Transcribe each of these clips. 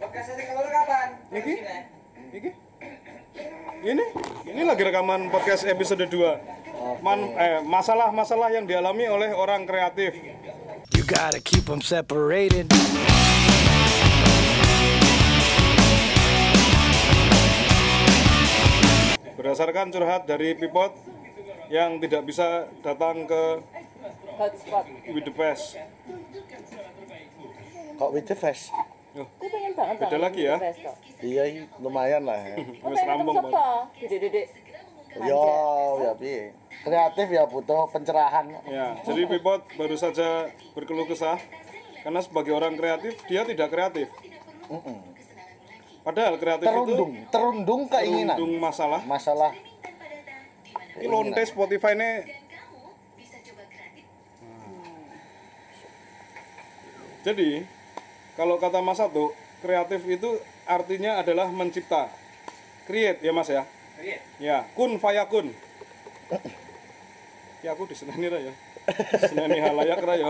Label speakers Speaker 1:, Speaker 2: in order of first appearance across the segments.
Speaker 1: Kasih keluar kapan?
Speaker 2: Iki? Iki? Ini, ini lagi rekaman podcast episode 2 Man, eh, Masalah-masalah yang dialami oleh orang kreatif
Speaker 3: You gotta keep them separated.
Speaker 2: Berdasarkan curhat dari Pipot Yang tidak bisa datang ke
Speaker 4: hotspot
Speaker 2: With the Fest.
Speaker 5: Kok with the fest?
Speaker 4: Gue pengen banget
Speaker 2: Beda
Speaker 4: tau
Speaker 2: lagi ya.
Speaker 4: Best, tau.
Speaker 5: Iya, ini lumayan lah. ya.
Speaker 4: Gue
Speaker 2: Wis
Speaker 4: pengen ketemu
Speaker 2: rampung
Speaker 4: siapa? Dede-dede
Speaker 5: Yo, ya piye. Kreatif ya butuh pencerahan.
Speaker 2: Ya, jadi Pipot baru saja berkeluh kesah karena sebagai orang kreatif dia tidak kreatif. Padahal kreatif
Speaker 5: Terundung,
Speaker 2: itu
Speaker 5: terundung keinginan.
Speaker 2: terundung masalah.
Speaker 5: Masalah
Speaker 2: Ini lonte Spotify ini Hmm. Jadi kalau kata Mas Satu, kreatif itu artinya adalah mencipta. Create ya Mas ya.
Speaker 1: Create.
Speaker 2: Ya, kun fayakun. Ya aku disenani ra ya. Disenani halayak ra ya.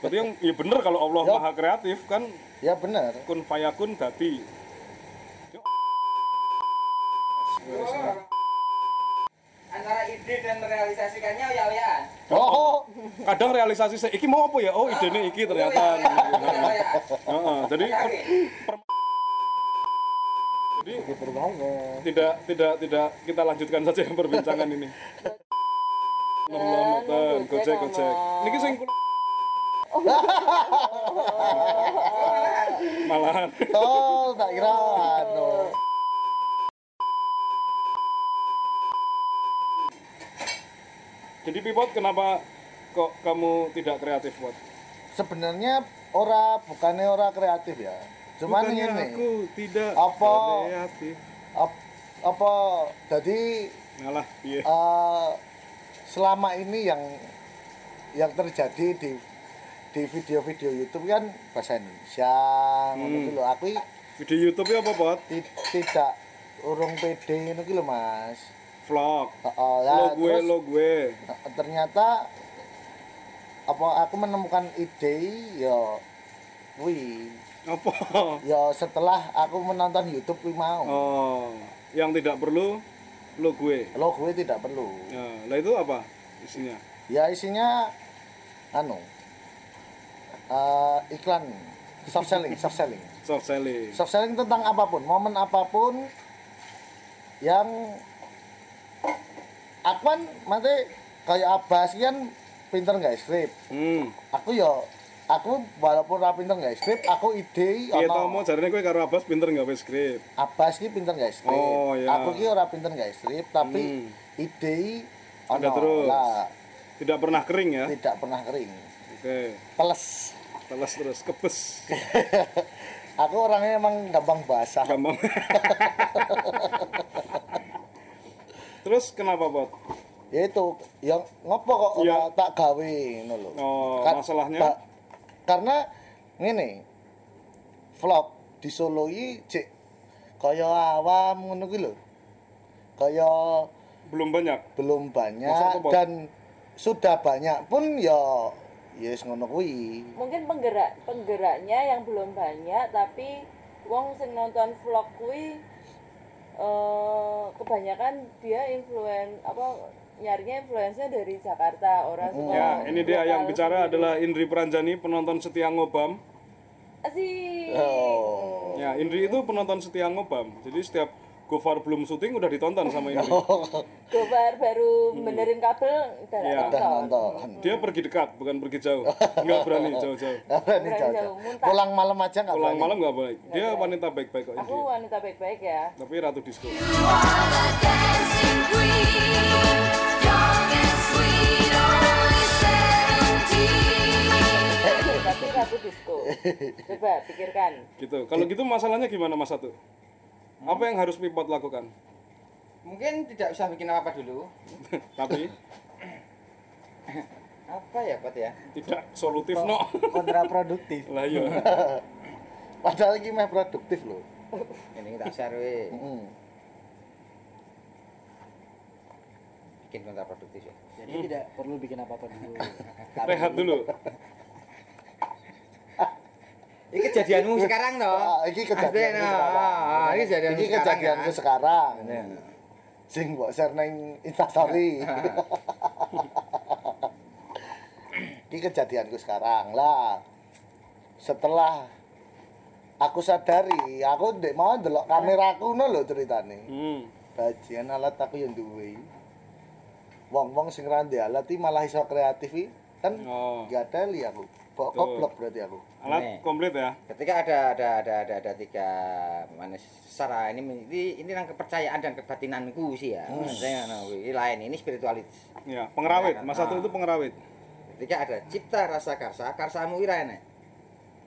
Speaker 2: Berarti yang ya bener kalau Allah
Speaker 5: Yup.
Speaker 2: Maha kreatif kan
Speaker 5: ya benar.
Speaker 2: kun fayakun dadi. Yo,
Speaker 1: Oh. Antara ide dan merealisasikannya ya, oh oya-oyaan.
Speaker 5: Oh,
Speaker 2: Kadang realisasi saya iki mau apa ya? Oh, idene
Speaker 5: Iya,
Speaker 2: iki
Speaker 1: ya,
Speaker 2: ternyata.
Speaker 1: Oya-oyaan.
Speaker 2: Heeh, jadi
Speaker 1: Oke.
Speaker 2: jadi
Speaker 5: gitu ngomong.
Speaker 2: tidak tidak tidak kita lanjutkan saja yang perbincangan ini. Nomor gojek gojek. Niki sing kula malahan.
Speaker 5: Tol, tak kira anu.
Speaker 2: Jadi Pipot kenapa kok kamu tidak kreatif buat?
Speaker 5: Sebenarnya ora bukannya ora kreatif ya. Cuman ini
Speaker 2: tidak
Speaker 5: Apa?
Speaker 2: kreatif.
Speaker 5: ap- apa jadi
Speaker 2: Ngalah, iya.
Speaker 5: eh, selama ini yang yang terjadi di di video-video YouTube kan bahasa Indonesia ngono ki lho. aku i-
Speaker 2: Video YouTube ya apa, Pot?
Speaker 5: ti- tidak urung PD ngono ki lho Mas
Speaker 2: Vlog.
Speaker 5: Heeh, ya,
Speaker 2: Lo gue,
Speaker 5: terus
Speaker 2: lo gue.
Speaker 5: eh, ternyata apa aku menemukan ide yo wih
Speaker 2: Apa?
Speaker 5: yo setelah aku menonton YouTube kuwi mau
Speaker 2: Oh, yang tidak perlu lo gue.
Speaker 5: lo gue tidak perlu
Speaker 2: Ya, lah itu apa isinya?
Speaker 5: ya isinya anu eh, iklan soft selling soft selling
Speaker 2: Soft selling.
Speaker 5: soft selling tentang apapun momen apapun yang aku kan mati kayak Abbas kan pinter nggak script
Speaker 2: Hmm.
Speaker 5: aku yo aku walaupun ra pinter nggak script aku ide
Speaker 2: Iya tau mau
Speaker 5: ono
Speaker 2: jarane kowe karo Abbas pinter nggawe skrip.
Speaker 5: Abbas ki pinter nggak script
Speaker 2: Oh, ya.
Speaker 5: aku ki ora pinter nggak script tapi ide
Speaker 2: Ada terus.
Speaker 5: lah,
Speaker 2: Tidak pernah kering ya.
Speaker 5: tidak pernah kering
Speaker 2: Oke.
Speaker 5: peles
Speaker 2: Teles terus kebes.
Speaker 5: aku orangnya emang gampang basah
Speaker 2: Gampang. terus kenapa, Bot?
Speaker 5: ya itu yang ngopo kok
Speaker 2: Iya.
Speaker 5: ora tak gawe ngono lho
Speaker 2: Oh,
Speaker 5: Ka-
Speaker 2: masalahnya?
Speaker 5: ba- karena ngene vlog di Solo iki cek kaya awam ngono ki lho kaya
Speaker 2: Belum banyak.
Speaker 5: belum
Speaker 2: Masa
Speaker 5: banyak
Speaker 2: kebot?
Speaker 5: dan sudah banyak pun ya yes ngono kuwi
Speaker 4: Mungkin penggerak penggeraknya yang belum banyak Tapi Wong sing nonton vlog kui eh kebanyakan dia influen apa nyarinya influencer dari Jakarta orang suka
Speaker 2: Ya, ini dia yang
Speaker 4: lokal
Speaker 2: bicara
Speaker 4: sendiri.
Speaker 2: adalah Indri Pranjani, penonton setia Ngobam.
Speaker 4: Asik.
Speaker 5: oh
Speaker 2: Ya, Indri itu penonton setia Ngobam. Jadi setiap Gofar belum syuting udah ditonton sama Indri.
Speaker 4: Gobar baru benerin kabel udah
Speaker 2: Iya.
Speaker 4: nonton.
Speaker 5: udah nonton
Speaker 2: Dia pergi dekat, bukan pergi jauh. Nggak berani jauh-jauh.
Speaker 5: Nggak berani
Speaker 4: Berani
Speaker 5: jauh.
Speaker 4: jauh, muntah.
Speaker 5: pulang malam aja nggak
Speaker 2: Pulang
Speaker 5: berani
Speaker 2: malam nggak baik. Dia wanita baik-baik kok
Speaker 4: Aku
Speaker 2: Indri.
Speaker 4: wanita baik-baik ya.
Speaker 2: Tapi ratu disco.
Speaker 4: Tapi aku disco. Coba pikirkan.
Speaker 2: Gitu. Kalau gitu masalahnya gimana Mas Satu? Apa yang harus Pipot lakukan?
Speaker 1: Mungkin tidak usah bikin apa-apa dulu.
Speaker 2: Tapi
Speaker 1: Apa ya, Pot ya?
Speaker 2: tidak solutif no.
Speaker 5: kontraproduktif
Speaker 2: lah iya.
Speaker 5: padahal iki meh produktif lho
Speaker 1: Ini kita share we.
Speaker 5: Heeh.
Speaker 1: Bikin kontraproduktif ya.
Speaker 6: Jadi tidak perlu bikin apa-apa dulu.
Speaker 2: Rehat dulu.
Speaker 1: Ini kejadianmu sekarang toh.
Speaker 5: Ah, iki kejadian
Speaker 1: Maksudnya, nah, ah, Ini kejadian
Speaker 5: iki kejadianku sekarang.
Speaker 1: Iya. Ah,
Speaker 5: Sing mbok share nang Instastory. iki kejadianku sekarang lah. Setelah aku sadari, aku ndek mau ndelok kameraku ngono lho ceritane.
Speaker 2: Hmm.
Speaker 5: Bajian alat aku yang duwe. Wong-wong sing ra ndek alat iki malah iso kreatif iki. Kan
Speaker 2: Oh.
Speaker 5: gak ada li aku. Kok
Speaker 2: Betul.
Speaker 5: goblok berarti aku.
Speaker 1: Nih.
Speaker 2: Alat komplit ya.
Speaker 1: Ketika ada ada ada ada, ada tiga manusia secara ini ini ini tentang kepercayaan dan kebatinanku sih ya.
Speaker 5: Hmm.
Speaker 1: Maksudnya nah, ini lain ini spiritualis.
Speaker 2: Ya, pengerawit. Mas Satrio itu pengerawit.
Speaker 1: Ketika ada cipta rasa karsa, karsamu irane.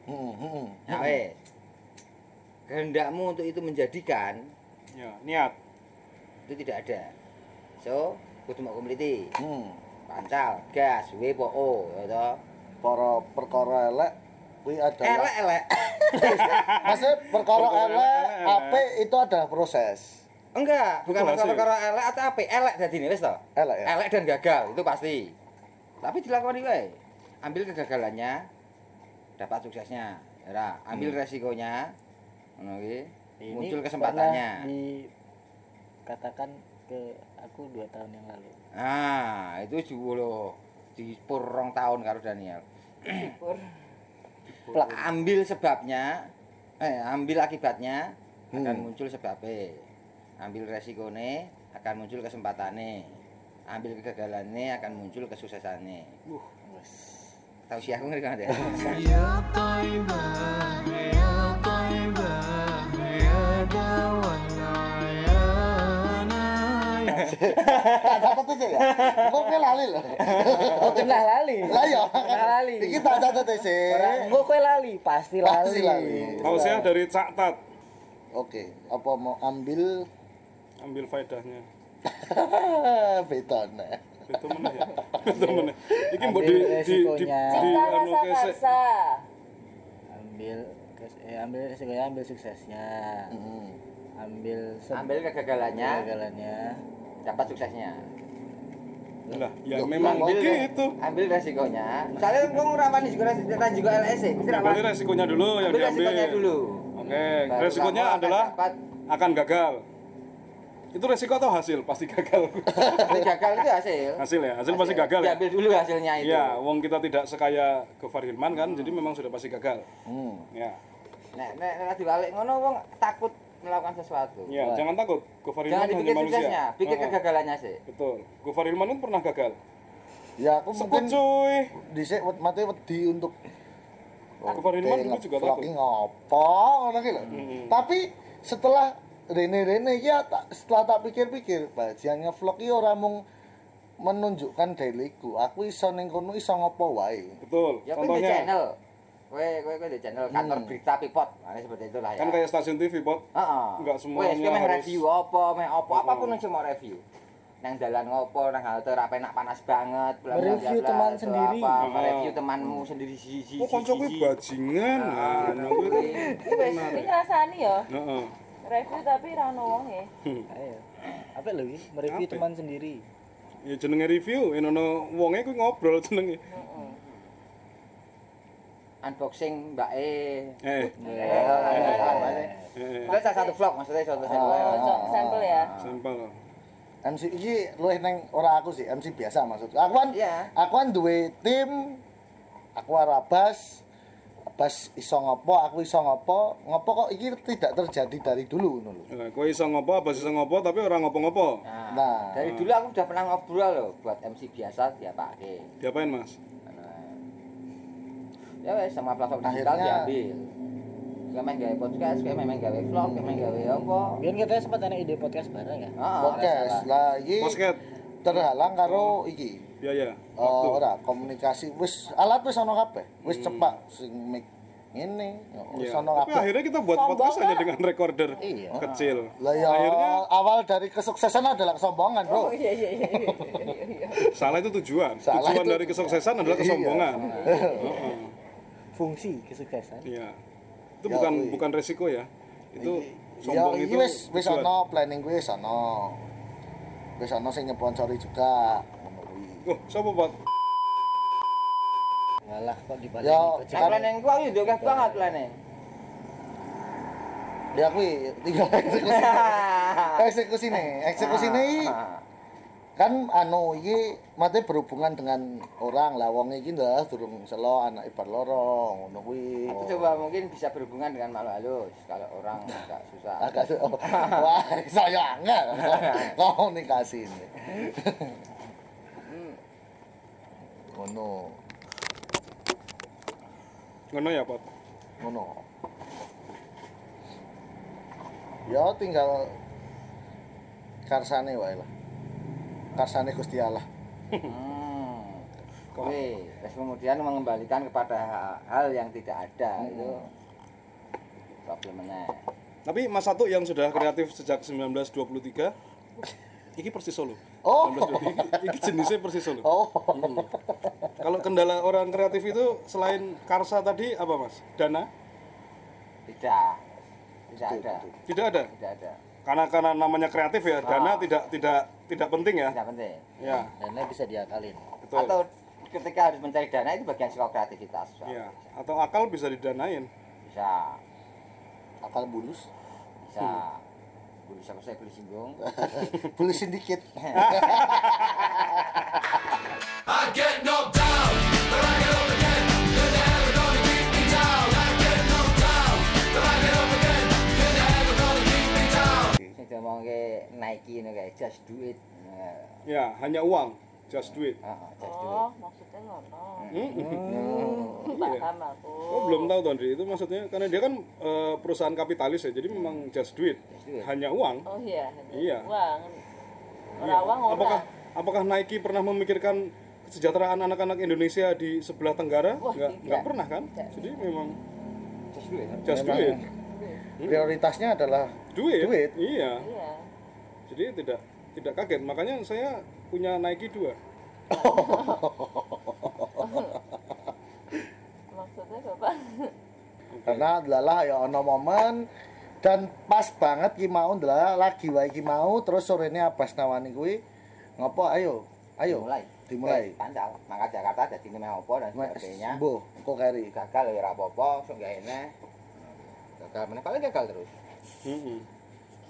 Speaker 5: Hmm, hmm.
Speaker 1: Nah, weh. kehendakmu untuk itu menjadikan
Speaker 2: Ya, niat.
Speaker 1: itu tidak ada. So, kudu mau kumliti.
Speaker 5: Hmm.
Speaker 1: Pancal, gas, we po o, ya toh.
Speaker 5: Para perkara elek kuwi adalah
Speaker 1: Elek elek.
Speaker 5: Maksudnya perkara
Speaker 2: Perkara
Speaker 5: elek,
Speaker 2: elek.
Speaker 5: apik itu adalah proses.
Speaker 1: Enggak, bukan
Speaker 2: Betul,
Speaker 1: masalah
Speaker 2: Mas, ya?
Speaker 1: perkara elek atau apa. Elek jadi ini wis toh.
Speaker 5: Elek ya.
Speaker 1: Elek dan gagal itu pasti. Tapi dilakoni wae. Ambil kegagalannya, dapat suksesnya. Ya, ambil resikonya. Ngono kuwi.
Speaker 7: Hmm. Ini
Speaker 1: Muncul
Speaker 7: pernah
Speaker 1: kesempatannya.
Speaker 7: dikatakan ke aku dua tahun yang lalu
Speaker 1: Nah, itu juga loh. Di purong tahun karo Daniel.
Speaker 4: syukur
Speaker 1: Plak. Ambil sebabnya, eh ambil akibatnya akan
Speaker 7: Hmm.
Speaker 1: muncul sebabnya. Ambil resikone akan muncul kesempatane. Ambil kegagalannya akan muncul kesuksesannya. Uh. Tahu sih aku ngeri kan ya.
Speaker 5: Tak catat aja ya. Kok kowe lali lho.
Speaker 7: oh kena lali
Speaker 5: Lah ya.
Speaker 7: Kena lali
Speaker 5: Iki tak catat aja.
Speaker 7: orang gua kue lali pasti lali,
Speaker 5: Pasti lali.
Speaker 2: Hausnya ya dari caktat.
Speaker 5: Oke, apa mau ambil
Speaker 2: Ambil faedahnya.
Speaker 5: beton.
Speaker 2: Itu meneh ya. Itu meneh. Iki mbok di
Speaker 7: Ambil
Speaker 2: di di,
Speaker 7: resikonya.
Speaker 2: di
Speaker 4: cipta
Speaker 2: anu
Speaker 4: rasa
Speaker 2: kesek.
Speaker 4: karsa
Speaker 7: ambil kes- eh, ambil resikonya ambil suksesnya
Speaker 5: Hmm.
Speaker 7: ambil se-
Speaker 1: Ambil kegagalannya
Speaker 7: kegagalannya
Speaker 1: dapat suksesnya.
Speaker 2: Lah, ya
Speaker 5: Loh,
Speaker 1: iya,
Speaker 2: memang
Speaker 5: ambil
Speaker 2: begitu.
Speaker 1: Ambil resikonya. Misalnya kamu ngerawani juga resiko dan juga LSE. Mesti
Speaker 2: Berarti
Speaker 1: rawani.
Speaker 2: resikonya dulu
Speaker 1: Ambil
Speaker 2: yang ya, diambil.
Speaker 1: resikonya dulu.
Speaker 2: Oke,
Speaker 1: Baru
Speaker 2: resikonya
Speaker 1: kamu akan
Speaker 2: adalah
Speaker 1: dapat
Speaker 2: akan gagal. Itu resiko atau hasil? Pasti gagal.
Speaker 1: Tapi gagal itu hasil.
Speaker 2: hasil ya, hasil pasti gagal ya.
Speaker 1: Diambil dulu hasilnya itu.
Speaker 2: Iya, wong kita tidak sekaya Gofar Hilman kan, jadi memang sudah pasti gagal.
Speaker 5: Hmm.
Speaker 2: Ya,
Speaker 1: Nek nek nek dibalik ngono wong takut melakukan sesuatu.
Speaker 2: ya jangan takut.
Speaker 1: Jangan
Speaker 2: Gofar Hilman hanya
Speaker 1: dipikir
Speaker 2: manusia.
Speaker 1: suksesnya, pikir
Speaker 2: Heeh,
Speaker 1: kegagalannya sih.
Speaker 2: Betul. Gofar Hilman pun pernah gagal.
Speaker 1: Oh,
Speaker 5: Ya aku
Speaker 2: Sebut
Speaker 5: mungkin
Speaker 2: cuy.
Speaker 5: dhisik wet mate wedi untuk
Speaker 2: Aku baru Irman dulu juga takut. Hmm.
Speaker 5: Vlog ini ngopo ngono ki lho. Tapi setelah rene-rene ya tak setelah tak pikir-pikir bajian nge-vlog iki ora mung menunjukkan dailiku. Aku iso ning kono iso ngopo wae.
Speaker 2: Betul.
Speaker 1: Ya kowe di
Speaker 2: Contohnya Hmm.
Speaker 1: channel. Kowe kowe kowe di channel kantor berita Pipot. Nah, seperti itulah ya.
Speaker 2: kan kayak stasiun TV, Bot.
Speaker 1: Heeh.
Speaker 2: nggak semuanya
Speaker 1: Wes, kowe meh
Speaker 2: harus- Hmm.
Speaker 1: review apa, meh apa, apapun yang cuma review. Nang dalan ngopo, nang halte ra penak panas banget, bla bla bla.
Speaker 7: Mereview
Speaker 1: bla,
Speaker 7: teman
Speaker 1: atau
Speaker 7: sendiri.
Speaker 1: Apa,
Speaker 2: Heeh.
Speaker 1: mereview temanmu sendiri Ah, siji.
Speaker 2: Hmm. Oh, kanca kuwi bajingan. Nah,
Speaker 1: iya.
Speaker 2: nah, kuwi kan.
Speaker 4: ini wes ini ngerasani ya
Speaker 2: Heeh.
Speaker 4: review tapi ra ono wonge
Speaker 7: ayo apa lho ini mereview
Speaker 2: Apa?
Speaker 7: teman sendiri
Speaker 2: Ya jenenge review, enono wonge kuwi ngobrol jenenge.
Speaker 1: Unboxing Mbak E.
Speaker 2: Eh, eh, Ah. eh,
Speaker 1: Itu salah satu vlog maksudnya satu satu.
Speaker 4: oh cok sampel ya
Speaker 2: sampel.
Speaker 5: MC iki luwih neng ora aku sih, MC biasa maksudku. Aku kan
Speaker 1: Iya.
Speaker 5: aku kan duwe tim aku ora bas bas iso ngopo, aku iso ngopo, ngopo kok iki tidak terjadi dari dulu ngono lho.
Speaker 2: Nah, kowe iso ngopo, apa iso ngopo tapi ora ngopo-ngopo.
Speaker 1: Nah,
Speaker 5: Nah.
Speaker 1: dari dulu aku udah pernah ngobrol loh buat MC biasa dia pakai.
Speaker 2: Diapain, Mas?
Speaker 1: Ya wes sama platform digital
Speaker 5: Akhirnya-
Speaker 1: diambil. Gue main gawe podcast, gue main gawe vlog, gue main gawe apa.
Speaker 7: Biar katanya sempat ada ide podcast bareng ya
Speaker 1: Heeh.
Speaker 5: Podcast Ah, lah iki
Speaker 2: Posket, Iya,
Speaker 5: terhalang karo iki
Speaker 2: biaya.
Speaker 5: Eh, ora komunikasi wis alat wis ana kabeh wis cepak sing mic ngene wis
Speaker 2: Hmm. Iya.
Speaker 5: ana
Speaker 2: Tapi
Speaker 5: kabeh ya? Iya.
Speaker 2: akhirnya kita buat podcast hanya dengan recorder kecil.
Speaker 5: lah ya
Speaker 2: Akhirnya-
Speaker 5: awal dari kesuksesan adalah kesombongan bro
Speaker 7: Oh,
Speaker 4: iya iya iya iya, iya
Speaker 2: Salah itu tujuan. tujuan
Speaker 5: Salah itu- Iya.
Speaker 2: dari kesuksesan adalah kesombongan.
Speaker 7: fungsi kesuksesan
Speaker 2: Iya. Itu bukan
Speaker 5: wih.
Speaker 2: bukan resiko ya. Itu
Speaker 5: iya. ya
Speaker 2: sombong
Speaker 5: iki
Speaker 2: itu
Speaker 5: wis wis
Speaker 2: tujuan.
Speaker 5: ana planning gue wis ana wis ana sing nyponsori juga ngono kuwi
Speaker 2: Oh, siapa buat?
Speaker 8: Walah kok dibalik
Speaker 5: Ya,
Speaker 8: ikut sih.
Speaker 5: Kan-
Speaker 1: Plan yang kuwi ndek akeh banget plane.
Speaker 5: Ya kuwi tinggal eksekusi. eksekusi nih, eksekusi nih
Speaker 7: Ah,
Speaker 1: Nah,
Speaker 5: kan anu iki mate berhubungan dengan orang lah wong iki ndas durung selo anake bar loro ngono kuwi.
Speaker 1: Aku coba mungkin bisa berhubungan dengan makhluk halus kalau orang agak susah.
Speaker 5: Agak oh, wah saya enggak komunikasi ini. Ngono,
Speaker 2: ngono ya pot
Speaker 5: ngono. Ya tinggal karsane wae lah. Karsane Gusti Allah.
Speaker 1: Hmm. Oke, terus kemudian mengembalikan kepada ha- hal yang tidak
Speaker 5: Hmm.
Speaker 1: ada itu problemnya.
Speaker 2: tapi Mas Satu yang sudah kreatif sejak 1923 iki persis solo
Speaker 5: Oh.
Speaker 2: 1923. iki jenisnya persis solo Hmm.
Speaker 5: Oh,
Speaker 2: kalau kendala orang kreatif itu selain karsa tadi apa mas dana
Speaker 1: Tidak. Tidak ada.
Speaker 2: tidak ada
Speaker 1: Tidak ada.
Speaker 2: karena karena namanya kreatif ya dana
Speaker 1: Ah.
Speaker 2: tidak tidak tidak penting ya
Speaker 1: Tidak penting.
Speaker 2: ya
Speaker 8: Dana bisa diakalin.
Speaker 2: betul
Speaker 1: Atau ketika harus mencari dana itu bagian soal kreativitas. Pak.
Speaker 2: ya atau akal bisa didanain
Speaker 1: Bisa.
Speaker 5: akal bulus.
Speaker 1: Bisa. Bulu sama saya bulu singgung.
Speaker 5: Bulusin dikit.
Speaker 1: Saya ngomong ke Nike ini kayak just do it. Nah,
Speaker 2: ya hanya uang just do it
Speaker 1: ah, ah, just do it.
Speaker 4: Oh, maksudnya ngono. Hmm, Paham aku.
Speaker 2: Oh, belum tahu Tondri itu maksudnya karena dia kan eh, perusahaan kapitalis ya jadi memang just do it
Speaker 1: Just do it.
Speaker 2: hanya uang
Speaker 4: Oh iya.
Speaker 2: Iya.
Speaker 4: Uang. Ora uang ora.
Speaker 2: apakah apakah Nike pernah memikirkan kesejahteraan anak-anak Indonesia di sebelah Tenggara
Speaker 4: Wah,
Speaker 2: nggak
Speaker 4: tidak.
Speaker 2: nggak pernah kan
Speaker 4: Tidak.
Speaker 2: jadi memang
Speaker 1: Just do it. ya.
Speaker 2: just do
Speaker 5: Memang.
Speaker 2: it
Speaker 5: Prioritasnya adalah
Speaker 2: do it,
Speaker 5: Do it.
Speaker 2: iya
Speaker 4: Iya.
Speaker 2: jadi tidak tidak kaget makanya saya punya Nike dua
Speaker 4: Maksudnya bapak.
Speaker 8: Iya.
Speaker 5: karena adalah ya ono momen dan pas banget ki mau adalah lagi wae ki mau terus sorenya abas nawani kuwi ngopo ayo ayo
Speaker 1: Dimulai.
Speaker 5: dimulai
Speaker 8: Eh,
Speaker 1: Baik, Pancal. Mangkat Jakarta jadi nama apa dan
Speaker 5: Mas,
Speaker 1: sebagainya.
Speaker 8: ya.
Speaker 5: Mbo, kok kari
Speaker 1: gagal ya ora apa-apa, sok gak enak. Gagal meneh paling gagal terus.
Speaker 2: Mm-mm.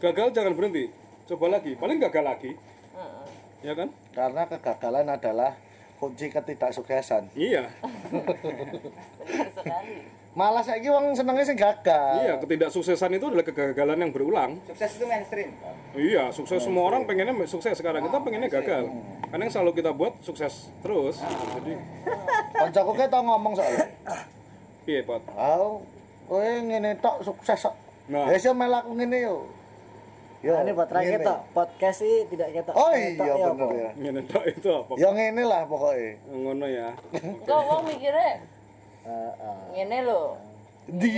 Speaker 2: gagal jangan berhenti coba lagi paling gagal lagi
Speaker 4: Heeh.
Speaker 2: ya kan
Speaker 5: karena kegagalan adalah kunci ketidaksuksesan
Speaker 2: iya
Speaker 4: Benar sekali.
Speaker 5: malah saiki wong senenge sing gagal
Speaker 2: iya ketidaksuksesan itu adalah kegagalan yang berulang
Speaker 1: Sukses itu mainstream.
Speaker 2: Iya, sukses semua orang pengennya sukses sekarang kita pengennya
Speaker 1: Ah, iya.
Speaker 2: gagal. Karena yang selalu kita buat sukses terus. Jadi,
Speaker 5: kancaku ke tau ngomong soalnya
Speaker 2: piye pot?
Speaker 5: au kowe ngene tok sukses kok
Speaker 2: Nah.
Speaker 5: ya sih melaku ngene yo yo
Speaker 8: Nah, ini buat terakhir
Speaker 5: ngene.
Speaker 8: tok. Podcast sih tidak ketok.
Speaker 5: oh
Speaker 8: ketok
Speaker 5: iya
Speaker 8: ya,
Speaker 5: bener
Speaker 8: Pak.
Speaker 5: ya
Speaker 2: Ngene tok itu apa?
Speaker 5: yo ngene lah pokoknya
Speaker 2: Ngono ya.
Speaker 4: Engko wong mikire
Speaker 8: Eh, eh.
Speaker 4: ngene lho.
Speaker 5: di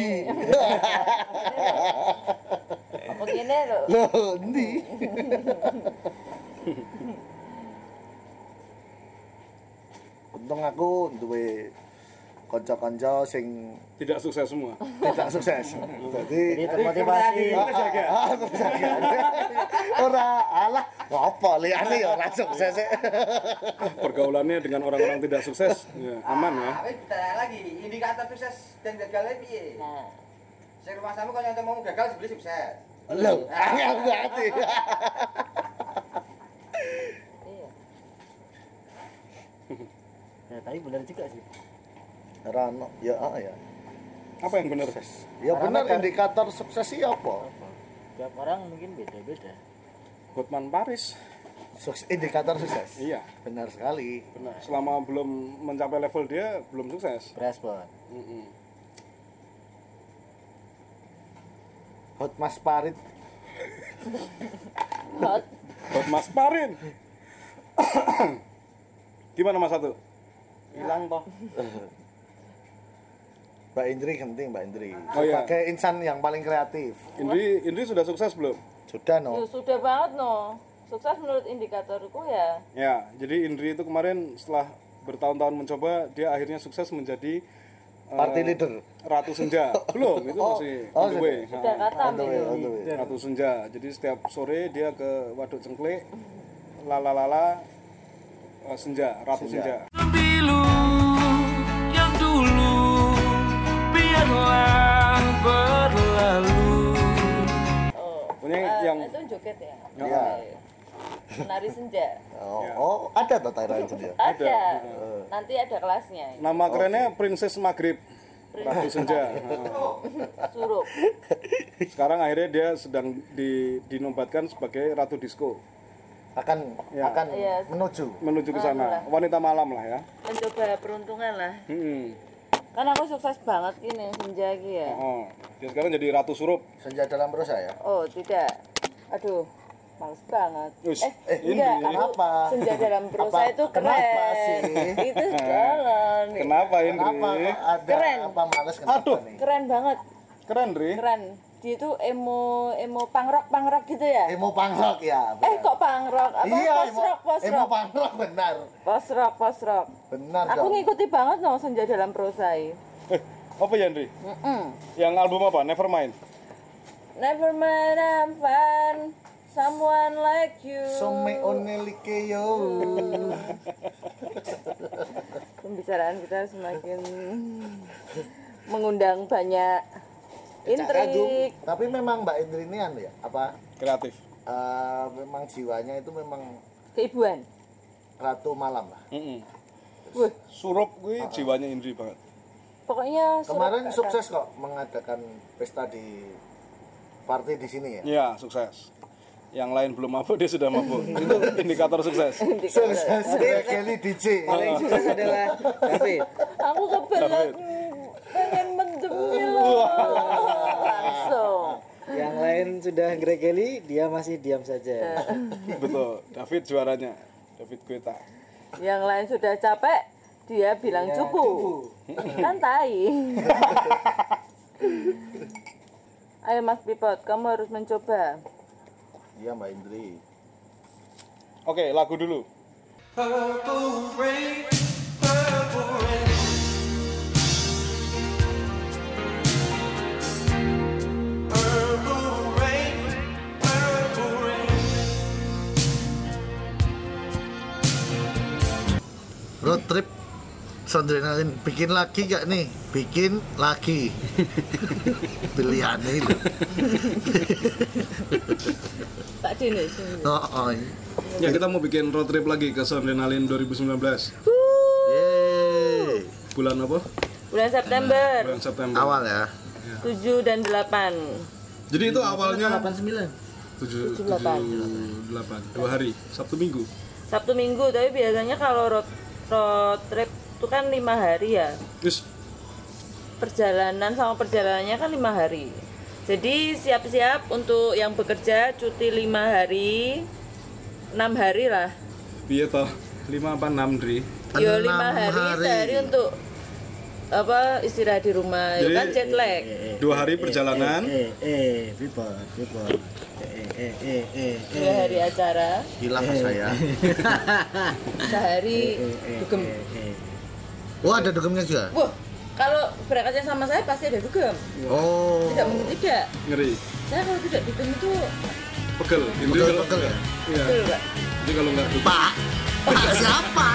Speaker 4: Apa ngene lho.
Speaker 5: Loh, endi? Untung aku duwe kanca-kanca sing
Speaker 2: Tidak sukses semua.
Speaker 5: tidak sukses.
Speaker 8: Jadi
Speaker 5: Jadi
Speaker 8: termotivasi.
Speaker 2: ya,
Speaker 5: ah, terus aja. ora alah apa liyane ya ora sukses. e.
Speaker 2: Pergaulannya dengan orang-orang tidak sukses, ya, aman ya.
Speaker 1: Tapi kita tanya lagi, indikator sukses dan gagalnya piye?
Speaker 4: Nah,
Speaker 1: Sing rumah sampe kalau nyontoh mau gagal sebelum sukses.
Speaker 5: Lho, angel berarti.
Speaker 4: iya.
Speaker 8: Ya, tapi bener juga sih.
Speaker 5: Ora ono ya ah, ya.
Speaker 2: Apa yang benar?
Speaker 5: Ya bener
Speaker 8: kan-
Speaker 5: indikator sukses iki apa?
Speaker 8: Tiap orang mungkin beda-beda.
Speaker 2: Hotman Paris.
Speaker 5: Sukses indikator sukses.
Speaker 2: Iya,
Speaker 5: Benar sekali.
Speaker 2: benar. Selama belum mencapai level dia belum sukses.
Speaker 8: Prespon.
Speaker 2: Mm-mm.
Speaker 5: Hot Mas Parit
Speaker 4: Hot.
Speaker 2: Buat Mas Parin. Gimana Mas Satu? Hilang toh.
Speaker 5: Mbak Indri genting Mbak Indri
Speaker 2: Oh, iya.
Speaker 5: sebagai insan yang paling kreatif
Speaker 2: Indri, Indri sudah sukses belum?
Speaker 5: sudah
Speaker 4: Yo,
Speaker 5: no
Speaker 4: sudah banget no. Sukses menurut indikatorku ya.
Speaker 2: Ya, jadi Indri itu kemarin setelah bertahun-tahun mencoba, dia akhirnya sukses menjadi eh,
Speaker 5: party leader
Speaker 2: Ratu Senja. Belum, itu masih
Speaker 5: oh,
Speaker 2: on the way.
Speaker 4: Sudah
Speaker 2: Ha,
Speaker 4: kata
Speaker 5: on the way on the way
Speaker 2: Iya, Ratu Senja. Jadi setiap sore dia ke Waduk Cengkle, lalalala eh, Senja, Ratu Senja.
Speaker 3: bilu yang
Speaker 9: telah berlalu
Speaker 4: Oh,
Speaker 2: Punya
Speaker 4: eh,
Speaker 2: yang-
Speaker 4: itu joget ya?
Speaker 5: Iya.
Speaker 4: Nari senja.
Speaker 5: Oh, oh, ada tata Thailand sendiri.
Speaker 4: Ada. Nanti ada kelasnya.
Speaker 2: Nama kerennya Princess Maghrib. Ratu Senja.
Speaker 4: Suruh.
Speaker 2: Sekarang akhirnya dia sedang di, dinobatkan sebagai Ratu Disco
Speaker 5: Akan akan
Speaker 4: Iya.
Speaker 5: menuju.
Speaker 2: menuju ke sana. Wanita malam lah ya.
Speaker 4: Mencoba peruntungan lah.
Speaker 2: Hmm.
Speaker 4: Kan aku sukses banget gini senja iki ya.
Speaker 2: Oh, dia sekarang jadi Ratu Surup.
Speaker 5: Senja dalam prosa ya.
Speaker 4: Oh, tidak. Aduh, males banget.
Speaker 2: Wis,
Speaker 4: eh,
Speaker 2: ini
Speaker 4: enggak, aku
Speaker 5: kenapa?
Speaker 4: senja dalam prosa
Speaker 5: Apa-
Speaker 4: itu keren.
Speaker 5: kenapa sih?
Speaker 4: Itu jalan.
Speaker 2: Kenapa Indri?
Speaker 5: Kenapa kok ada
Speaker 4: Keren.
Speaker 5: apa males kenapa
Speaker 2: Aduh.
Speaker 5: nih?
Speaker 4: Keren banget,
Speaker 2: Keren, Ri.
Speaker 4: keren. Dia itu emo emo pangrok pangrok gitu ya.
Speaker 5: Emo pangrok ya.
Speaker 4: Eh, kok pangrok? Apa
Speaker 5: iya,
Speaker 4: post rock,
Speaker 5: emo,
Speaker 4: post
Speaker 5: emo
Speaker 4: rock.
Speaker 5: pangrok benar.
Speaker 4: Post rock, post rock.
Speaker 5: Benar
Speaker 4: Aku
Speaker 5: dong.
Speaker 4: ngikuti banget loh senja dalam prosa. ini.
Speaker 2: Eh, apa ya, Indri?
Speaker 4: Mm-mm.
Speaker 2: Yang album apa? Nevermind.
Speaker 4: Never mind, I'm fine. Someone like you.
Speaker 5: Some onelikeyo.
Speaker 4: Hmm, Pembicaraan kita semakin mengundang banyak
Speaker 5: Kagum.
Speaker 4: intrik.
Speaker 5: Tapi memang Mbak Indri ini anu ya, apa
Speaker 2: Kreatif.
Speaker 5: eh, memang jiwanya itu memang
Speaker 4: Keibuan.
Speaker 5: ratu malam lah.
Speaker 4: Iya,
Speaker 2: Mm-mm.
Speaker 4: Wah,
Speaker 2: Surup gue jiwanya Indri banget.
Speaker 4: pokoknya surat
Speaker 5: Kemarin
Speaker 4: gak ada.
Speaker 5: sukses kok mengadakan pesta di party di sini ya.
Speaker 2: Iya, sukses. Yang lain belum mabuk, dia sudah mabuk. Itu indikator sukses.
Speaker 4: Iya,
Speaker 5: Sukses Kelly DJ.
Speaker 10: paling sukses adalah David
Speaker 4: Aku kebelet pengen mendemil loh. langsung.
Speaker 3: Yang lain sudah gregeli, dia masih diam saja.
Speaker 2: Betul. David juaranya. David Guetta.
Speaker 4: Yang lain sudah capek, dia bilang
Speaker 5: Iya,
Speaker 4: cukup. Kan tai. Ayo Mas Pipot, kamu harus mencoba.
Speaker 5: Iya Mbak Indri.
Speaker 2: Oke, lagu dulu.
Speaker 5: Road trip Sondrenalin bikin lagi gak nih? Bikin lagi. Pilihan ini.
Speaker 4: Pak Dini,
Speaker 5: Oh, oh.
Speaker 2: Ya, kita mau bikin road trip lagi ke Sondrenalin 2019.
Speaker 5: Yeay.
Speaker 2: Bulan apa?
Speaker 4: bulan September
Speaker 2: Bulan September.
Speaker 5: Awal ya.
Speaker 4: 7 dan 8.
Speaker 2: Jadi itu awalnya
Speaker 3: 89.
Speaker 2: 7, 78. Dua hari, Sabtu Minggu.
Speaker 4: Sabtu Minggu tapi biasanya kalau road, road trip itu kan lima hari ya
Speaker 2: Terus
Speaker 4: perjalanan sama perjalanannya kan lima hari jadi siap-siap untuk yang bekerja cuti lima hari enam hari lah
Speaker 2: piye toh? 5 apa 6, Dri?
Speaker 4: yo
Speaker 5: Enam
Speaker 4: lima hari,
Speaker 5: hari.
Speaker 4: sehari untuk apa istirahat di rumah
Speaker 2: Jadi-
Speaker 4: yo kan jet lag
Speaker 2: Dua hari perjalanan,
Speaker 3: Eh, eh, people, people. Eh, eh, eh, eh, eh.
Speaker 4: dua hari acara
Speaker 5: Hilang
Speaker 2: Eh.
Speaker 5: saya.
Speaker 4: sehari dugem
Speaker 2: Oh,
Speaker 5: Wah, ada dugemnya juga.
Speaker 4: wah kalau berangkatnya sama saya pasti ada dugem
Speaker 5: Oh.
Speaker 4: tidak mungkin tidak
Speaker 2: ngeri.
Speaker 4: saya kalau tidak dugem itu
Speaker 5: Eh.
Speaker 2: Pegel. Indri kalau-
Speaker 5: Pegel-pegel ya.
Speaker 2: Iya.
Speaker 4: betul Pak.
Speaker 2: Jadi kalau nggak dugem-
Speaker 5: Pak. Pak siapa?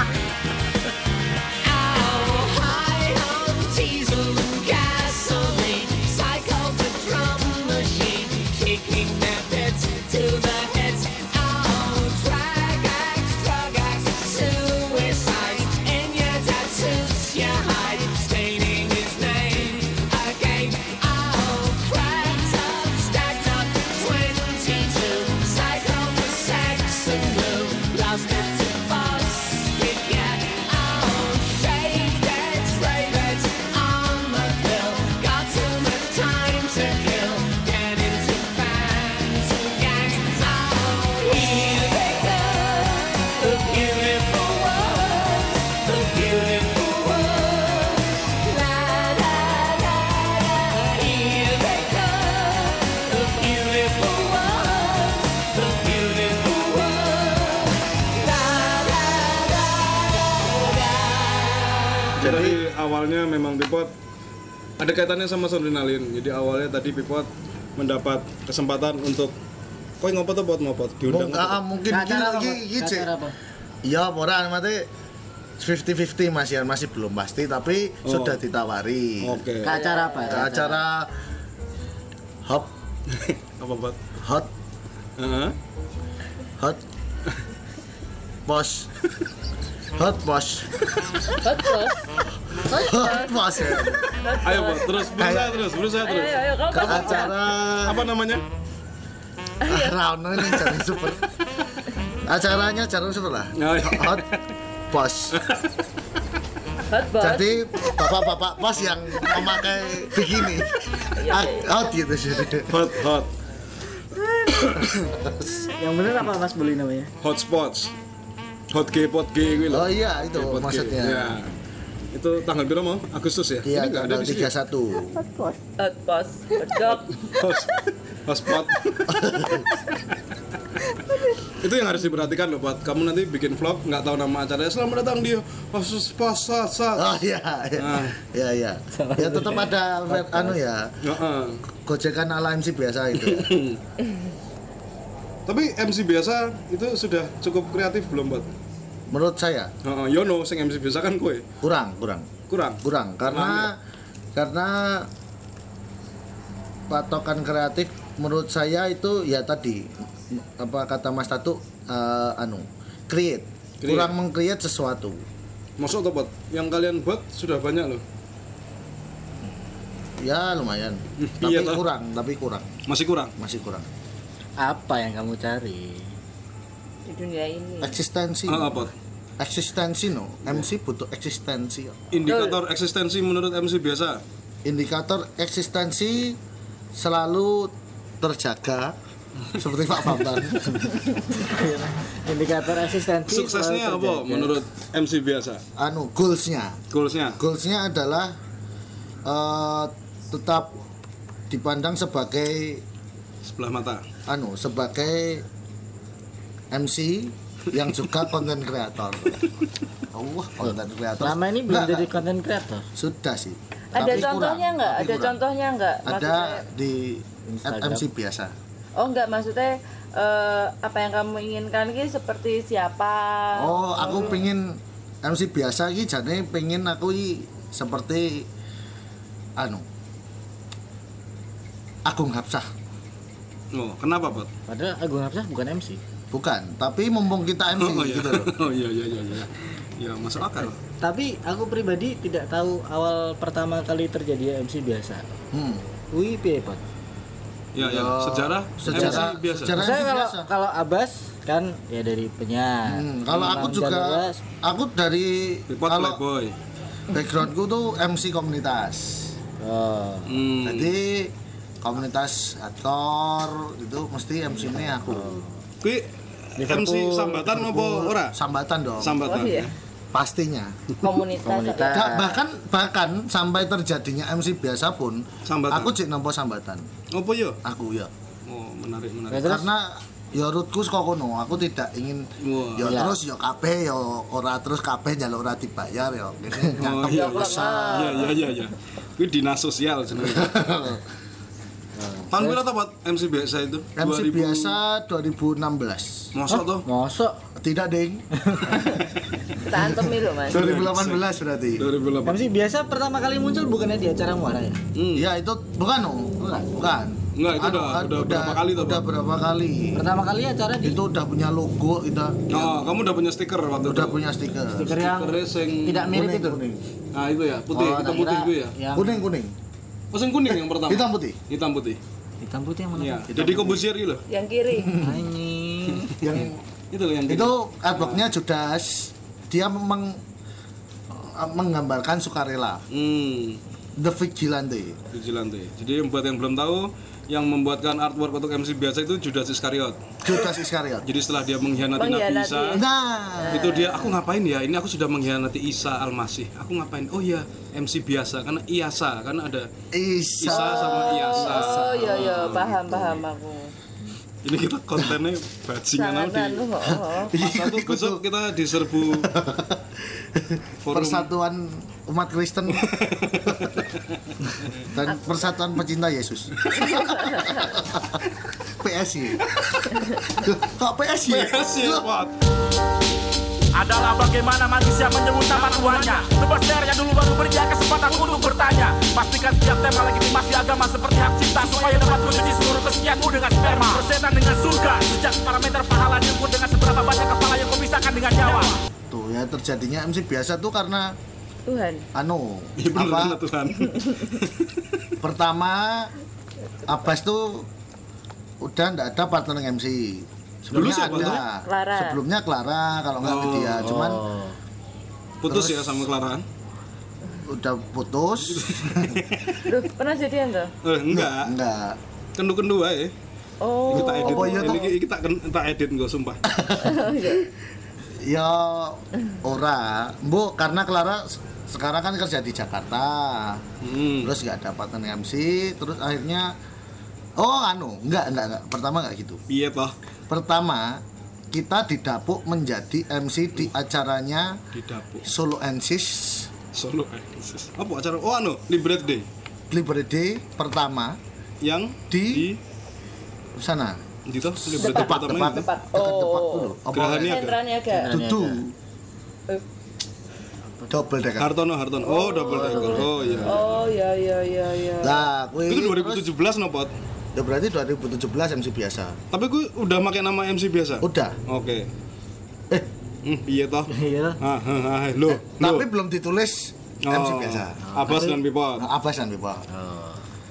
Speaker 11: Lost it to us, yeah. Oh, shade that's ravens on the pill. Got too much time to kill. Get into fans and gangs. Oh, here they come. The beautiful world. The beautiful world. La la la la. Here they come. The beautiful world. The beautiful world. La la la la la.
Speaker 2: Jadi awalnya memang Pipot ada kaitannya sama Sondrenalin. Jadi awalnya tadi Pipot mendapat kesempatan untuk koi ngopot
Speaker 5: ah,
Speaker 2: tuh buat ngopot diundang.
Speaker 5: Mungkin, ah, mungkin gini lagi gitu.
Speaker 3: Acara apa?
Speaker 5: Iya, moral mati 50-50 Mas Yan masih belum pasti tapi sudah ditawari.
Speaker 2: Oh. Oke.
Speaker 3: Ke acara apa?
Speaker 5: Ke acara hop
Speaker 2: Apa buat?
Speaker 5: hot
Speaker 2: Heeh.
Speaker 5: hot pos hot pos
Speaker 4: Hot cross.
Speaker 5: hot pos ya.
Speaker 2: Ayo buat terus berusaha terus berusaha
Speaker 4: Ayo,
Speaker 2: terus.
Speaker 4: ayo, ayo, kamu
Speaker 5: ke
Speaker 4: pasti bisa.
Speaker 5: acara
Speaker 2: Apa namanya?
Speaker 5: ah, Rano ini jadi super acaranya jarang super lah
Speaker 2: Oh, iya.
Speaker 5: hot pos
Speaker 4: Hot boss.
Speaker 5: jadi bapak-bapak pos yang memakai bikini Ah, hot gitu jadi
Speaker 2: Hot hot
Speaker 3: Yang bener apa Mas Buli namanya?
Speaker 2: hot spots. Hot gay pot gay gitu.
Speaker 5: oh iya itu
Speaker 2: Pot gay. Ya.
Speaker 5: maksudnya
Speaker 2: Itu tanggal berapa? Mau? Agustus ya?
Speaker 5: iya
Speaker 2: Ini nggak ada
Speaker 5: tanggal
Speaker 2: di sini.
Speaker 5: 31
Speaker 4: Hot boss. Bedok.
Speaker 2: Hot, hot spot. itu yang harus diperhatikan loh buat kamu nanti bikin vlog nggak tahu nama acaranya selamat datang di Hot Spot Sa Sa.
Speaker 5: oh iya iya
Speaker 2: Ah.
Speaker 5: iya iya ya tetap ada anu ya
Speaker 2: Heeh.
Speaker 5: gojekan ala MC biasa itu ya.
Speaker 2: Tapi MC biasa itu sudah cukup kreatif belum buat?
Speaker 5: menurut saya
Speaker 2: Heeh, Yono sing MC biasa kan kue
Speaker 5: kurang kurang
Speaker 2: kurang. ya.
Speaker 5: kurang karena karena patokan kreatif menurut saya itu ya tadi m- apa kata Mas Tatu eh, anu create,
Speaker 2: Create.
Speaker 5: kurang mengcreate sesuatu
Speaker 2: Masuk tobat yang kalian buat sudah banyak loh.
Speaker 5: ya lumayan tapi
Speaker 2: Iya, toh.
Speaker 5: kurang tapi kurang
Speaker 2: Masih kurang.
Speaker 5: masih kurang
Speaker 3: Apa yang kamu cari?
Speaker 4: Di dunia ini.
Speaker 5: Eh, eksistensi
Speaker 2: Ah, apa?
Speaker 5: eksistensi no MC butuh eksistensi
Speaker 2: Indikator eksistensi menurut MC biasa.
Speaker 5: indikator eksistensi selalu terjaga seperti Pak Bambang
Speaker 3: Indikator eksistensi.
Speaker 2: Suksesnya
Speaker 3: selalu
Speaker 2: apa
Speaker 3: terjaga.
Speaker 2: menurut MC biasa?
Speaker 5: anu goalsnya
Speaker 2: Goalsnya?
Speaker 5: goalsnya adalah eh, tetap dipandang sebagai
Speaker 2: sebelah mata.
Speaker 5: anu sebagai MC yang juga konten kreator. Allah konten kreator.
Speaker 3: Selama ini belum
Speaker 2: Nah,
Speaker 5: Nggak,
Speaker 3: jadi
Speaker 5: nggak.
Speaker 3: konten kreator.
Speaker 5: sudah sih.
Speaker 4: Ada
Speaker 5: Tapi kurang,
Speaker 4: contohnya nggak?
Speaker 5: tapi
Speaker 4: Ada
Speaker 5: kurang.
Speaker 4: contohnya nggak?
Speaker 5: Ada
Speaker 4: Maksudnya-
Speaker 5: di
Speaker 3: Instagram.
Speaker 5: MC biasa.
Speaker 4: Oh enggak maksudnya eh, apa yang kamu inginkan ini seperti siapa?
Speaker 5: Oh, aku pengen MC biasa iki jane pengen aku iki seperti anu Agung Hapsah.
Speaker 2: Oh, kenapa, Bot?
Speaker 3: Padahal Agung Hapsah bukan MC.
Speaker 5: Bukan, tapi mumpung kita MC
Speaker 2: Oh, iya.
Speaker 5: gitu loh.
Speaker 2: Oh, iya iya iya iya. Ya, masuk akal.
Speaker 3: Tapi aku pribadi tidak tahu awal pertama kali terjadi MC biasa.
Speaker 5: Hmm.
Speaker 3: Wih, piye, Pak?
Speaker 2: Ya, ya, sejarah,
Speaker 5: Sejarah
Speaker 2: MC biasa.
Speaker 5: Sejarah MC
Speaker 3: Saya kalau
Speaker 5: biasa.
Speaker 3: kalau Abas kan ya dari penyiar.
Speaker 5: Hmm, kalau aku
Speaker 3: Bang
Speaker 5: juga
Speaker 3: Jalawas,
Speaker 5: aku dari
Speaker 2: Report
Speaker 5: kalau
Speaker 2: Playboy.
Speaker 5: backgroundku tuh MC komunitas.
Speaker 3: oh,
Speaker 2: Hmm.
Speaker 5: Jadi komunitas aktor itu mesti MC ini aku.
Speaker 2: Kui MC
Speaker 3: Liverpool,
Speaker 2: sambatan Oh. apa ora?
Speaker 5: Sambatan dong.
Speaker 4: Oh
Speaker 2: Sambatan.
Speaker 4: iya,
Speaker 5: pastinya.
Speaker 4: komunitas.
Speaker 3: Komunitas.
Speaker 5: Da- bahkan bahkan sampai terjadinya MC biasa pun
Speaker 2: Sambatan.
Speaker 5: aku cek nampa sambatan.
Speaker 2: Apa yo?
Speaker 5: Aku ya.
Speaker 2: Oh, menarik
Speaker 3: Ya,
Speaker 2: menarik.
Speaker 3: terus
Speaker 5: Karena ya rutku saka kono, aku tidak ingin
Speaker 2: Wah.
Speaker 5: ya
Speaker 3: Iya.
Speaker 5: terus ya kabeh ya ora terus kabeh njaluk ora dibayar ya.
Speaker 2: Oh,
Speaker 5: Nganggep
Speaker 2: iya,
Speaker 5: ya
Speaker 2: iya.
Speaker 5: kesal.
Speaker 2: Iya, iya, iya, iya. Kui dinas sosial jenenge. Tahun berapa Bot? MC biasa itu?
Speaker 5: MC
Speaker 2: 2000.
Speaker 5: biasa 2016
Speaker 2: Mosok tuh
Speaker 3: mosok
Speaker 5: tidak ding
Speaker 4: Kita antemi loh mas.
Speaker 5: 2018 berarti
Speaker 2: 2008.
Speaker 3: MC biasa pertama kali muncul bukannya di acara muara ya?
Speaker 2: Hmm.
Speaker 5: ya itu bukan oh bukan bukan
Speaker 2: Enggak, itu
Speaker 5: Anu,
Speaker 2: udah-
Speaker 5: anu,
Speaker 2: udah berapa kali tuh,
Speaker 5: udah
Speaker 2: Bang?
Speaker 5: berapa kali
Speaker 3: Pertama kali acara di
Speaker 5: itu udah punya logo kita
Speaker 2: Oh, kamu udah punya stiker waktu
Speaker 5: udah
Speaker 2: itu.
Speaker 5: punya stiker
Speaker 3: stiker yang
Speaker 2: Stikernya sing
Speaker 3: tidak mirip itu.
Speaker 5: kuning
Speaker 2: Nah, itu ya, putih,
Speaker 3: Oh,
Speaker 2: hitam
Speaker 3: tak
Speaker 2: putih
Speaker 3: kira
Speaker 2: gue ya.
Speaker 3: Yang
Speaker 5: kuning kuning
Speaker 2: Oh, sing kuning yang pertama.
Speaker 5: hitam putih
Speaker 2: Hitam putih.
Speaker 3: hitam putih yang mana?
Speaker 2: Iya. Jadi Kobusier gitu loh.
Speaker 4: Yang kiri.
Speaker 3: Anjing.
Speaker 5: yang
Speaker 2: Itu loh yang gitu.
Speaker 5: itu artworknya Judas dia meng eh, menggambarkan sukarela
Speaker 2: Hmm,
Speaker 5: The Vigilante
Speaker 2: vigilante. Jadi buat yang belum tahu, yang membuatkan artwork untuk MC biasa itu Judas Iskariot.
Speaker 5: Judas Iskariot
Speaker 2: Jadi setelah dia mengkhianati Nabi
Speaker 4: Mengkhianati.
Speaker 2: Isa,
Speaker 5: nah
Speaker 2: itu dia aku ngapain ya? Ini aku sudah mengkhianati Isa Al-Masih. Aku ngapain? Oh iya, MC biasa karena Iasa, karena ada Isa
Speaker 5: Isa
Speaker 2: sama Iasa.
Speaker 4: Oh iya iya paham paham aku.
Speaker 2: Ini kita kontennya bajingan
Speaker 4: Sangat
Speaker 2: aja
Speaker 4: anu
Speaker 2: di
Speaker 4: oh, oh.
Speaker 2: Mas satu
Speaker 5: Iya,
Speaker 2: besok kita diserbu forum
Speaker 5: Persatuan umat Kristen dan Persatuan Pecinta Yesus. PSI. Kok PSI? Iya.
Speaker 2: Iya. Yes, yes, what?
Speaker 12: adalah bagaimana manusia menyebut nama tuannya Tebas layar yang dulu baru beri dia kesempatan untuk bertanya Pastikan setiap tema legitimasi agama seperti hak cipta Supaya dapat mencuci seluruh kesekianmu dengan sperma Persetan dengan surga Sejak parameter pahala diukur dengan seberapa banyak kepala yang kau pisahkan dengan nyawa
Speaker 5: Tuh ya terjadinya MC biasa tuh karena
Speaker 4: Tuhan
Speaker 5: anu
Speaker 2: Iya bener
Speaker 5: apa
Speaker 2: bener, Tuhan.
Speaker 5: pertama Abbas tuh udah ndak ada partner MC.
Speaker 2: Dulu
Speaker 5: Sebelumnya
Speaker 2: siapa
Speaker 5: ada.
Speaker 2: tuh?
Speaker 4: Clara.
Speaker 5: Sebelumnya Clara kalau nggak
Speaker 2: Oh,
Speaker 5: dia, cuman
Speaker 2: oh. putus ya
Speaker 5: Terus-
Speaker 2: sama Kelaran?
Speaker 5: udah putus.
Speaker 4: Loh, pernah jadian tuh?
Speaker 2: Eh, enggak,
Speaker 5: Enggak.
Speaker 2: kendu-kendu ae.
Speaker 4: Oh,
Speaker 2: Iki tak edit.
Speaker 5: Apa iya, Tok?
Speaker 2: Iki iki tak ken- tak edit nggo sumpah.
Speaker 5: Ya ora. Bu, karena Clara se- sekarang kan kerja di Jakarta.
Speaker 2: Hmm.
Speaker 5: Terus nggak ada partner MC, terus akhirnya Oh, anu, enggak, enggak, enggak. Pertama enggak gitu.
Speaker 2: Piye toh?
Speaker 5: Pertama, kita didapuk menjadi MC di acaranya
Speaker 2: Di dapur.
Speaker 5: Solo NCs
Speaker 2: Solo Isis. Apa acara? Oh anu, Liberate Day.
Speaker 5: Liberty Day pertama
Speaker 2: Yang
Speaker 5: Di- sana.
Speaker 2: di di toh Liberate Day
Speaker 5: Depak,
Speaker 2: pertama
Speaker 5: depak,
Speaker 2: itu.
Speaker 5: depak,
Speaker 3: Oh.
Speaker 5: depak dulu. Apa
Speaker 2: Gerahania.
Speaker 5: ya?
Speaker 4: Sentra Niaga.
Speaker 5: Dudu.
Speaker 4: Eh.
Speaker 3: ya.
Speaker 5: Double decker.
Speaker 2: Hartono Hartono. Oh, double decker. Oh iya.
Speaker 4: Oh, ya ya ya ya.
Speaker 5: Lah, kuwi
Speaker 2: Itu
Speaker 5: terus-
Speaker 2: 2017 nopot.
Speaker 5: Ya berarti 2017 MC biasa.
Speaker 2: Tapi gue udah pakai nama MC biasa.
Speaker 5: Udah.
Speaker 2: Oke.
Speaker 5: Eh,
Speaker 2: Hmm, piye toh?
Speaker 3: Iya.
Speaker 2: Ah, ah, ah, lo,
Speaker 5: tapi belum ditulis MC
Speaker 2: Oh,
Speaker 5: biasa.
Speaker 2: Abbas dan Pipot.
Speaker 5: Nah, Abbas dan Bipot.
Speaker 3: Oh.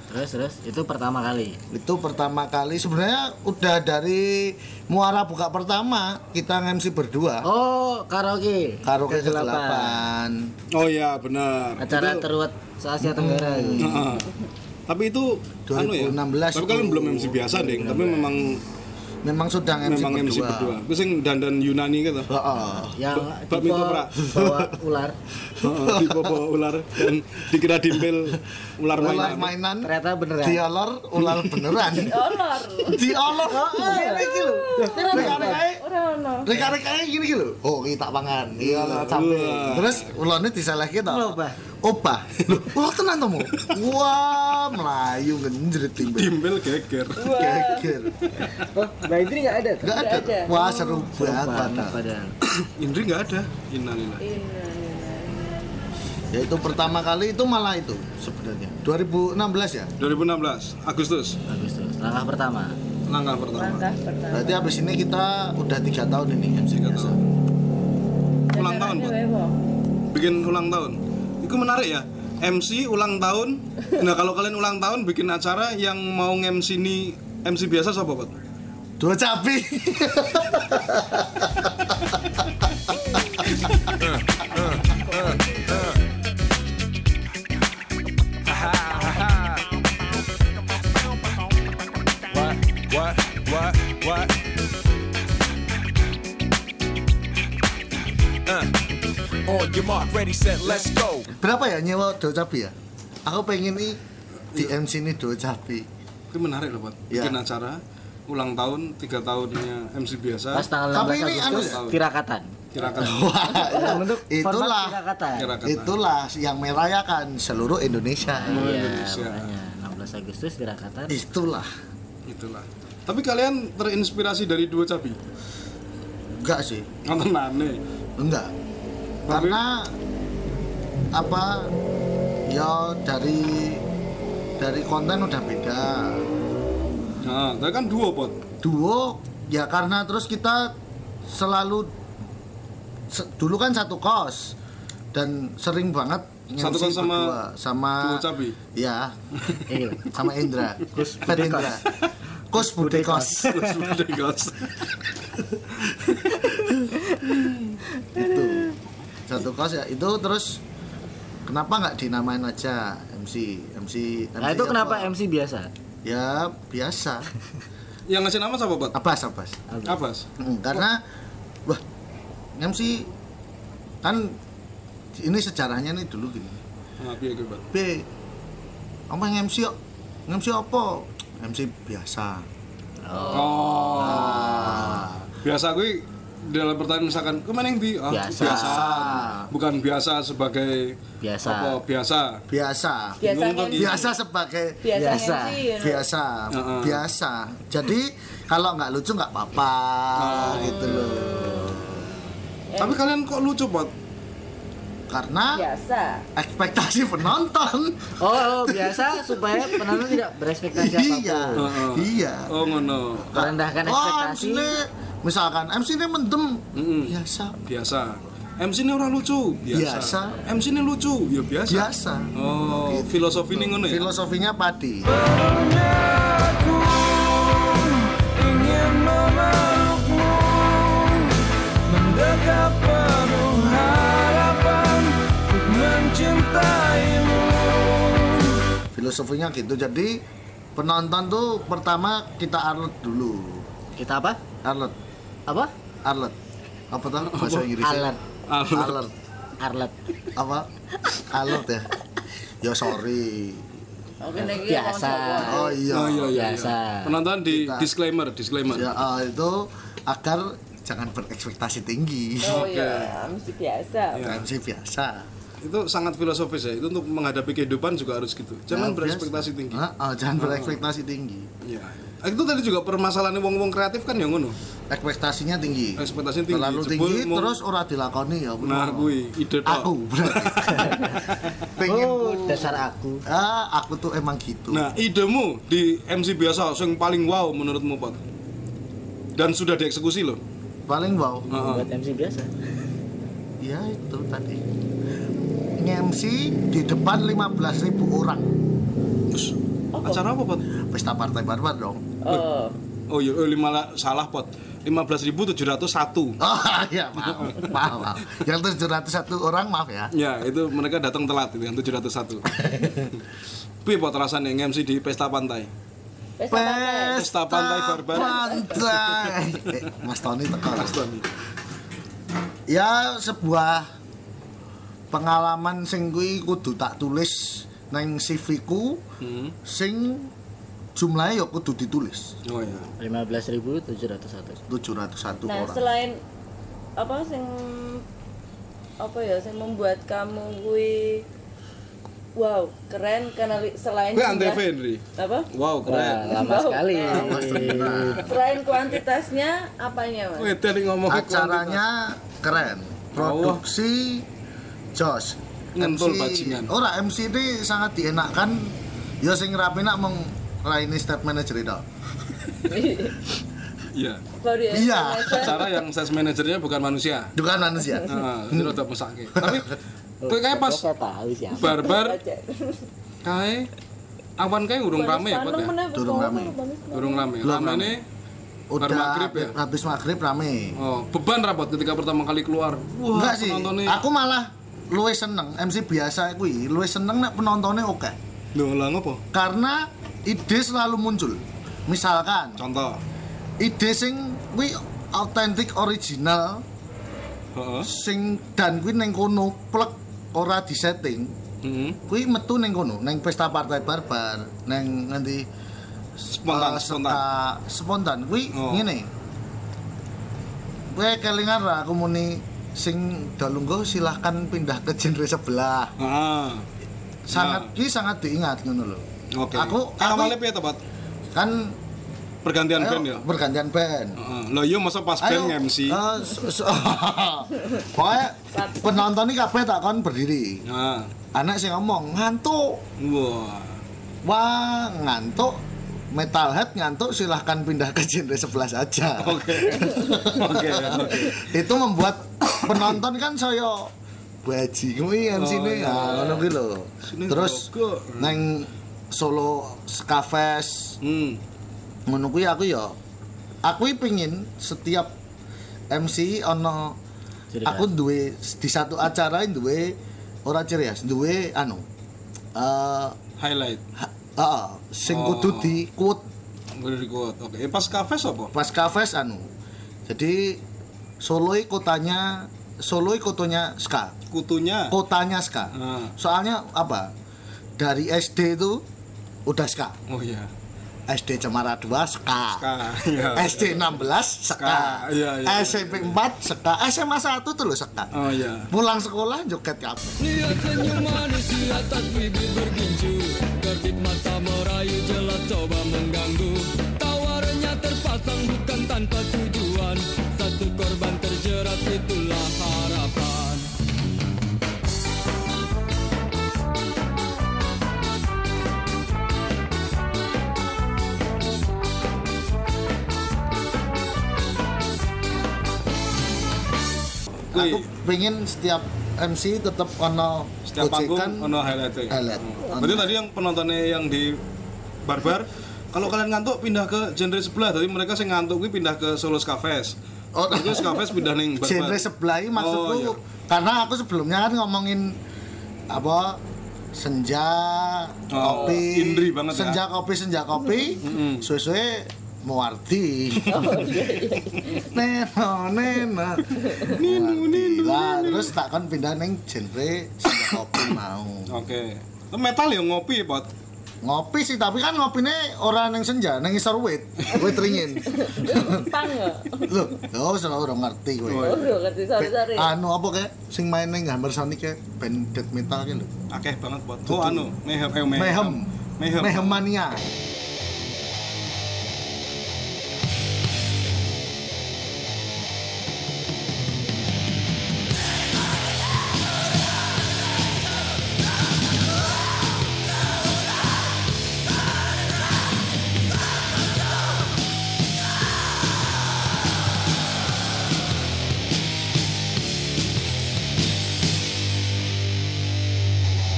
Speaker 3: Terus terus itu pertama kali.
Speaker 5: Itu pertama kali sebenarnya udah dari muara buka pertama kita MC berdua.
Speaker 3: Oh, karaoke.
Speaker 5: Karaoke
Speaker 3: Kegelapan.
Speaker 5: ke-8.
Speaker 2: Oh iya, benar.
Speaker 3: Acara
Speaker 2: Itu-
Speaker 3: teruat se Asia Tenggara
Speaker 5: Hmm.
Speaker 3: itu.
Speaker 2: Heeh. tapi itu anu ya.
Speaker 5: 2016
Speaker 2: Tapi kalian
Speaker 5: itu.
Speaker 2: belum MC biasa, Ding. Tapi memang
Speaker 5: Memang sudah MC
Speaker 2: memang MC
Speaker 5: berdua.
Speaker 2: berdua. Gue sing dandan Yunani gitu.
Speaker 5: Heeh.
Speaker 3: Yang
Speaker 2: Ba-
Speaker 3: tipe
Speaker 2: Bakmito Pra.
Speaker 3: bawa ular.
Speaker 2: Heeh, dibawa ular dan dikira dimpil ular
Speaker 5: ular
Speaker 2: mainan.
Speaker 5: mainan
Speaker 3: Ternyata beneran.
Speaker 5: diolor ular beneran
Speaker 4: Dolor.
Speaker 5: diolor ngene iki lho rekarek
Speaker 4: Ora ono.
Speaker 5: rekarek gini iki lho oh iki tak pangan iya lho, sampe
Speaker 2: Wah.
Speaker 5: terus ulane disalahke to
Speaker 3: Obah.
Speaker 5: obah lho ulah tenan to mu wah melayu ngenjrit timbel
Speaker 2: Dimpil geger.
Speaker 5: geger
Speaker 3: Oh, Mbak Indri nggak ada tuh?
Speaker 5: enggak ada
Speaker 4: Nggak ada.
Speaker 5: wah seru banget
Speaker 3: Padahal.
Speaker 5: padahal.
Speaker 3: Padahal.
Speaker 2: Indri nggak ada. Innalillahi.
Speaker 5: ya itu pertama kali itu malah itu sebenarnya 2016 ya
Speaker 2: 2016 Agustus
Speaker 3: Bagus terus. Langkah pertama.
Speaker 2: langkah pertama.
Speaker 4: Langkah pertama.
Speaker 5: berarti habis ini kita udah tiga tahun ini MC
Speaker 2: Tiga
Speaker 5: biasa
Speaker 2: tahun. Ulang tahun,
Speaker 4: Jajarannya
Speaker 2: Bud.
Speaker 4: lewo.
Speaker 2: bikin ulang tahun. Itu menarik ya. MC ulang tahun. Nah, kalau kalian ulang tahun bikin acara yang mau MC ini MC biasa siapa, Pak?
Speaker 5: dua capi
Speaker 12: What, what, what, what? Uh. On your mark, ready, set, let's go.
Speaker 5: Berapa ya nyewa dua capi ya? Aku pengen nih di MC ini dua capi.
Speaker 2: Itu menarik loh, Pak.
Speaker 5: Iya.
Speaker 2: Bikin acara ulang tahun tiga tahunnya MC biasa.
Speaker 3: Pas tanggal
Speaker 5: Tapi
Speaker 3: 16
Speaker 5: ini
Speaker 3: Agustus,
Speaker 5: anu
Speaker 2: ya?
Speaker 3: tirakatan.
Speaker 2: Kira-kira
Speaker 5: Wah, itu-
Speaker 3: Bentuk format
Speaker 5: itulah
Speaker 3: tirakatan.
Speaker 2: kira-kira
Speaker 5: itulah yang merayakan seluruh Indonesia.
Speaker 3: Iya,
Speaker 2: Indonesia.
Speaker 3: makanya 16 Agustus tirakatan.
Speaker 5: Itulah.
Speaker 2: itulah. Tapi kalian terinspirasi dari dua cabi?
Speaker 5: Enggak sih.
Speaker 2: Nonton aneh.
Speaker 5: Enggak.
Speaker 2: Tapi-
Speaker 5: Karena apa? Ya dari dari konten udah beda.
Speaker 2: Nah, tapi kan dua, Pak.
Speaker 5: Duo ya karena terus kita selalu se- dulu kan satu kos dan sering banget
Speaker 2: Satu
Speaker 5: nge-MC
Speaker 2: kos sama
Speaker 5: berdua. sama
Speaker 2: Duo Cabi?
Speaker 5: ya
Speaker 3: Iya.
Speaker 5: sama Indra Kus Indra Kus Budekos
Speaker 2: Terus udah, guys.
Speaker 5: itu satu kos ya itu terus kenapa nggak dinamain aja MC MC
Speaker 3: Nah, itu
Speaker 5: apa?
Speaker 3: kenapa MC biasa?
Speaker 5: ya biasa
Speaker 2: Yang ngasih nama siapa, Pak?
Speaker 5: apa apa
Speaker 2: Abbas.
Speaker 5: Mm, karena wah MC kan ini sejarahnya nih dulu gini
Speaker 2: Nah, piye kuwi, Pak?
Speaker 5: B apa yang MC yuk MC apa MC biasa
Speaker 2: Oh.
Speaker 5: ah,
Speaker 2: Biasa gue dalam pertanyaan misalkan, "Kau main yang di?" Ah,
Speaker 3: Biasa.
Speaker 2: Bukan biasa sebagai
Speaker 3: Biasa.
Speaker 2: apa? Biasa.
Speaker 5: biasa
Speaker 4: Biasa
Speaker 2: Bingung gitu. kok
Speaker 4: MC.
Speaker 5: biasa sebagai
Speaker 4: Biasa
Speaker 3: Biasa.
Speaker 4: MC. you know.
Speaker 5: biasa
Speaker 2: Heeh.
Speaker 5: biasa jadi kalau nggak lucu nggak apa-apa gitu loh
Speaker 2: Tapi kalian kok lucu pot?
Speaker 5: karena
Speaker 4: Iya. biasa
Speaker 5: ekspektasi penonton
Speaker 3: Oh, biasa supaya penonton tidak berespektasi
Speaker 5: iya
Speaker 3: apapun.
Speaker 5: iya Oh,
Speaker 2: Oh ngono.
Speaker 3: Merendahkan
Speaker 5: Wah,
Speaker 3: ekspektasi.
Speaker 5: MC-nya, misalkan MC ini mendem
Speaker 2: Mm-mm.
Speaker 5: biasa
Speaker 2: Biasa. MC ini orang lucu, biasa.
Speaker 5: Biasa.
Speaker 2: MC ini lucu, ya biasa.
Speaker 5: biasa Gitu.
Speaker 2: Oh, filosofi ini ngono ya.
Speaker 5: filosofinya padi filosofinya gitu jadi penonton tuh pertama kita arlet dulu
Speaker 3: Kita apa?
Speaker 5: arlet
Speaker 3: Apa?
Speaker 5: arlet apa tuh bahasa Inggrisnya
Speaker 3: Alert.
Speaker 5: alert
Speaker 3: Arlet.
Speaker 5: apa alert ya ya sorry
Speaker 3: Biasa.
Speaker 5: oh iya
Speaker 2: Oh iya iya.
Speaker 3: Biasa.
Speaker 2: iya. Penonton di
Speaker 5: Kita-
Speaker 2: disclaimer, disclaimer.
Speaker 5: ya eh, itu agar jangan berekspektasi tinggi
Speaker 4: oh iya mesti biasa
Speaker 2: iya.
Speaker 5: MC biasa
Speaker 2: Itu sangat filosofis ya. Itu untuk menghadapi kehidupan juga harus gitu. Jangan
Speaker 5: Ya,
Speaker 2: berespektasi
Speaker 5: biasa.
Speaker 2: tinggi. Oh.
Speaker 5: Ah, ah, jangan berekspektasi tinggi
Speaker 2: Iya. Itu tadi juga permasalahan wong-wong kreatif kan ya ngono.
Speaker 5: ekspektasinya tinggi
Speaker 2: Ekspektasinya tinggi.
Speaker 5: terlalu
Speaker 2: Jebul
Speaker 5: tinggi
Speaker 2: mau-
Speaker 5: terus ora dilakoni
Speaker 2: Nah,
Speaker 5: ya bener.
Speaker 2: kui ide tok.
Speaker 5: aku berarti pengen
Speaker 3: Oh,
Speaker 5: ku-
Speaker 3: dasar aku.
Speaker 5: ah aku tuh emang gitu
Speaker 2: Nah, idemu di MC biasa yang paling wow menurutmu, Pak? Dan sudah dieksekusi loh.
Speaker 5: paling wow
Speaker 2: Heeh.
Speaker 3: Buat MC biasa.
Speaker 5: ya itu tadi nge-MC di depan 15.000 orang
Speaker 2: Terus, acara apa, Pak?
Speaker 5: pesta partai barbar dong
Speaker 4: oh
Speaker 2: Oh iya, oh, lima la- salah pot. 15.701.
Speaker 5: oh ya maaf maaf, maaf. yang 701 orang maaf ya
Speaker 2: Ya, itu mereka datang telat itu yang 701. Piye pot rasanya MC di pesta pantai?
Speaker 4: pesta pantai
Speaker 2: Pesta pantai barbar.
Speaker 5: pantai. Eh, Mas Tony teko Mas
Speaker 2: Tony.
Speaker 5: Ya sebuah pengalaman sing kuwi kudu tak tulis nang CV ku
Speaker 2: Hmm.
Speaker 5: sing jumlahnya ya kudu ditulis
Speaker 2: Oh iya.
Speaker 3: 15.701.
Speaker 5: 701
Speaker 4: nah
Speaker 5: orang.
Speaker 4: selain apa sing apa ya sing membuat kamu kui wow keren karena li- selain
Speaker 2: Gue antv
Speaker 4: jumlah-
Speaker 2: Henry.
Speaker 4: apa
Speaker 2: Wow,
Speaker 3: Wah,
Speaker 2: keren.
Speaker 3: lama
Speaker 4: Wow.
Speaker 3: sekali.
Speaker 4: selain kuantitasnya apanya mas
Speaker 2: Wih, tadi ngomong
Speaker 5: Acaranya keren. Produksi Jos.
Speaker 2: Ngentul bajingan.
Speaker 5: Ora MC ini sangat dienakkan. Ya sing rapi nak meng laini statement aja itu.
Speaker 2: Iya.
Speaker 4: Baru ya,
Speaker 5: Iya.
Speaker 4: Indonesia.
Speaker 2: Acara yang sales manajernya bukan manusia.
Speaker 5: Bukan manusia.
Speaker 2: Heeh, itu udah mesake. Tapi kayak pas
Speaker 3: Saya tahu siapa.
Speaker 2: barbar kae awan kae urung rame ya Pot
Speaker 4: Panas
Speaker 2: ya.
Speaker 4: mana, Mas?
Speaker 5: Turun
Speaker 4: Kalau
Speaker 5: rame.
Speaker 4: aku panas banget.
Speaker 2: Urung rame. ya.
Speaker 5: Belum
Speaker 2: Rame
Speaker 5: rame.
Speaker 2: ini
Speaker 5: Udah
Speaker 2: maghrib ya?
Speaker 5: habis maghrib rame.
Speaker 2: oh, beban rapot ketika pertama kali keluar. Wah,
Speaker 5: Enggak sih.
Speaker 2: penontonnya-
Speaker 5: Aku malah luwih seneng MC biasa kuwi, luwih seneng nek penontonnya oke.
Speaker 2: Loh, lah ngopo?
Speaker 5: Karena ide selalu muncul. Misalkan
Speaker 2: Contoh.
Speaker 5: ide sing kuwi autentik original
Speaker 2: Heeh.
Speaker 5: sing dan kuwi ning kono plek ora disetting
Speaker 2: Heeh.
Speaker 5: kuwi metu ning kono ning pesta partai barbar ning nganti
Speaker 2: Spontan,
Speaker 5: eh,
Speaker 2: Ah, spontan.
Speaker 5: serta- spontan kuwi
Speaker 2: Oh.
Speaker 5: ngene kuwi kelingan ra aku muni sing dalunggo silahkan pindah ke genre sebelah
Speaker 2: Ah.
Speaker 5: sangat
Speaker 2: Nah.
Speaker 5: kuwi sangat diingat ngono lho
Speaker 2: Oke.
Speaker 5: aku aku
Speaker 2: awalnya piye tepat?
Speaker 5: kan
Speaker 2: Pergantian
Speaker 5: ayo,
Speaker 2: band ya.
Speaker 5: bergantian band
Speaker 2: Heeh. Lah iya masa pas band MC.
Speaker 5: eh, so- so- pokoknya penonton ini kabeh tak kon berdiri
Speaker 2: Nah.
Speaker 5: anak sih ngomong ngantuk
Speaker 2: Wah.
Speaker 5: wah ngantuk metalhead ngantuk silahkan pindah ke genre sebelah saja
Speaker 2: Oke. Oke, oke.
Speaker 5: itu membuat penonton kan saya baji kuwi MC
Speaker 2: Oh,
Speaker 5: ini
Speaker 2: iya.
Speaker 5: nah, ngono kuwi lho
Speaker 2: Sini
Speaker 5: terus
Speaker 2: juga.
Speaker 5: neng Solo Skafest
Speaker 2: Hmm.
Speaker 5: ngono kuwi aku ya aku pengin setiap MC ono
Speaker 3: Ciri
Speaker 5: aku duwe di satu acara duwe ora cerias duwe anu eh
Speaker 2: Highlight.
Speaker 5: ha- ah, sing
Speaker 2: Oh.
Speaker 5: kudu di quote
Speaker 2: Very good. Oke. Eh, pas kafe apa?
Speaker 5: pas kafes anu jadi Solo i kotanya Solo i kotanya ska
Speaker 2: Kutunya.
Speaker 5: kotanya ska
Speaker 2: Ah.
Speaker 5: soalnya apa dari SD itu udah ska
Speaker 2: Oh iya.
Speaker 5: SD Cemara 2 ska,
Speaker 2: Ska, iya.
Speaker 5: SD 16
Speaker 2: Ska,
Speaker 5: ska,
Speaker 2: iya, iya.
Speaker 5: SMP 4 ska, SMA 1 tuh loh ska.
Speaker 2: Oh iya.
Speaker 5: Pulang sekolah joget kabeh.
Speaker 11: Tawarnya terpasang bukan tanpa tujuan Satu korban terjerat itulah
Speaker 2: Kui.
Speaker 5: aku pengen setiap MC tetap ono
Speaker 2: Setiap
Speaker 5: gojekan.
Speaker 2: panggung ono highlight.
Speaker 5: kan Highlight.
Speaker 2: Berarti tadi yang penontonnya yang di barbar kalau kalian ngantuk pindah ke genre sebelah tadi mereka sing ngantuk kuwi pindah ke Solo Cafes. Oh, terus Cafes pindah ning barbar.
Speaker 5: genre sebelah ini maksudku
Speaker 2: Oh, iya.
Speaker 5: karena aku sebelumnya kan ngomongin apa senja
Speaker 2: Oh,
Speaker 5: kopi
Speaker 2: indri banget ya.
Speaker 5: senja kopi senja kopi suwe-suwe Muwardi Neno, Neno Nino, Lah, terus tak kan pindah neng genre senja kopi mau
Speaker 2: Oke. Itu metal ya ngopi ya, Pot.
Speaker 5: Ngopi sih, tapi kan ngopinya orang neng senja, neng isor wit Wit ringin
Speaker 4: Pang nggak?
Speaker 5: Loh, oh salah orang ngerti gue
Speaker 2: iya.
Speaker 4: Oh, nggak ngerti. Sorry, sorry.
Speaker 5: anu apa kayak sing main neng gambar Sonic kayak band death metal kayak lho.
Speaker 2: Akeh banget, Pot. Oh, anu, Mayhem. eh,
Speaker 5: Mayhem.
Speaker 2: Mayhem.
Speaker 5: Mayhem mania.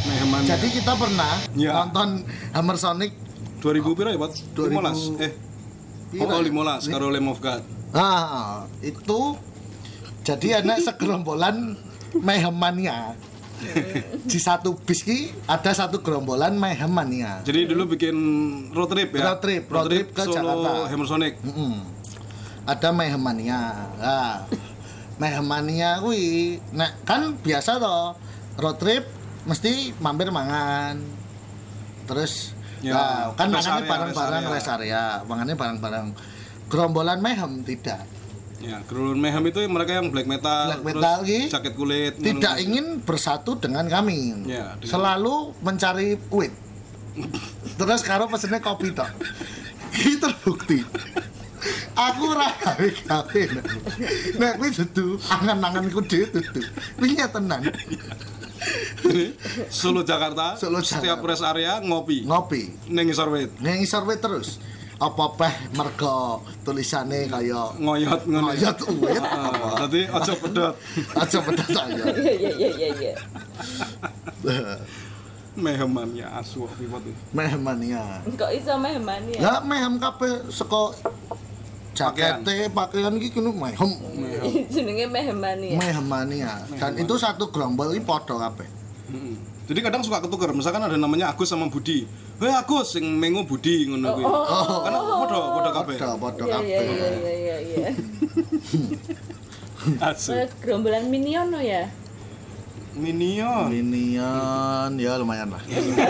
Speaker 2: Mayhem Mania.
Speaker 5: Jadi kita pernah
Speaker 2: Ya.
Speaker 5: nonton Hammer Sonic
Speaker 2: 2000 pira ya, Pot?
Speaker 5: 2000
Speaker 2: 15. Eh.
Speaker 5: Pira?
Speaker 2: Pokok 15 karo Lamb of God.
Speaker 5: Nah, Iya. itu jadi ada segerombolan Mayhem mania.
Speaker 4: Iya.
Speaker 5: Di satu bis ki ada satu gerombolan Mayhem mania.
Speaker 2: Jadi dulu bikin road trip ya.
Speaker 5: Iya. Road trip, road trip ke
Speaker 2: Solo
Speaker 5: Jakarta.
Speaker 2: Hammer Sonic.
Speaker 5: Mm-mm. Ada Mayhem mania. Nah, Mayhem mania kuwi nek kan biasa toh road trip mesti mampir mangan. Terus
Speaker 2: Ya,
Speaker 5: nah, kan
Speaker 2: rest
Speaker 5: makannya
Speaker 2: area,
Speaker 5: barang-barang
Speaker 2: rest
Speaker 5: rest area, makannya barang-barang gerombolan Mayhem tidak.
Speaker 2: Ya, gerulun Mayhem itu mereka yang black metal,
Speaker 5: Black metal
Speaker 2: terus
Speaker 5: ki.
Speaker 2: jaket kulit,
Speaker 5: tidak
Speaker 2: ngono-ngono.
Speaker 5: ingin bersatu dengan kami
Speaker 2: Ya, dengan-
Speaker 5: selalu mencari wit terus karo pesennya kopi tok ini terbukti aku ora gawe gawe nek kuwi dudu angan-anganku dhewe dudu kuwi ya tenan
Speaker 2: Jadi, Solo Jakarta,
Speaker 5: Solo
Speaker 2: setiap
Speaker 5: Jakarta.
Speaker 2: rest area ngopi.
Speaker 5: ngopi
Speaker 2: Neng isor wit.
Speaker 5: ning isor wit terus apa peh mergo tulisane kaya
Speaker 2: ngoyot ngono. ya?
Speaker 5: ngoyot wit
Speaker 2: Ah,
Speaker 5: apa
Speaker 2: Tadi ojo pedot.
Speaker 5: aja pedas aja
Speaker 4: Iya, iya, iya, iya, iya.
Speaker 2: Mayhem Mania asu wae, Pot.
Speaker 5: mehmania
Speaker 4: Kok iso mehmani ya?
Speaker 5: Ya mehem kabeh saka jakete pakaian iki kuwi mehem
Speaker 4: Iya. Jenenge mehmani ya.
Speaker 5: mehemania. Dan itu satu gerombol iki padha kabeh.
Speaker 2: Mm-mm. Jadi kadang suka ketukar, misalkan ada namanya Agus sama Budi. Hei Agus sing mengo Budi ngono
Speaker 4: Oh,
Speaker 2: kuwi. Karena podo podo kabeh.
Speaker 5: Padha padha
Speaker 4: Iya, iya,
Speaker 5: kabeh.
Speaker 4: iya, iya, iya, iya.
Speaker 2: Asu.
Speaker 4: Eh, Gerombolan minion lo ya?
Speaker 2: Minion.
Speaker 5: Minion ya lumayan
Speaker 4: Iya,
Speaker 5: lah.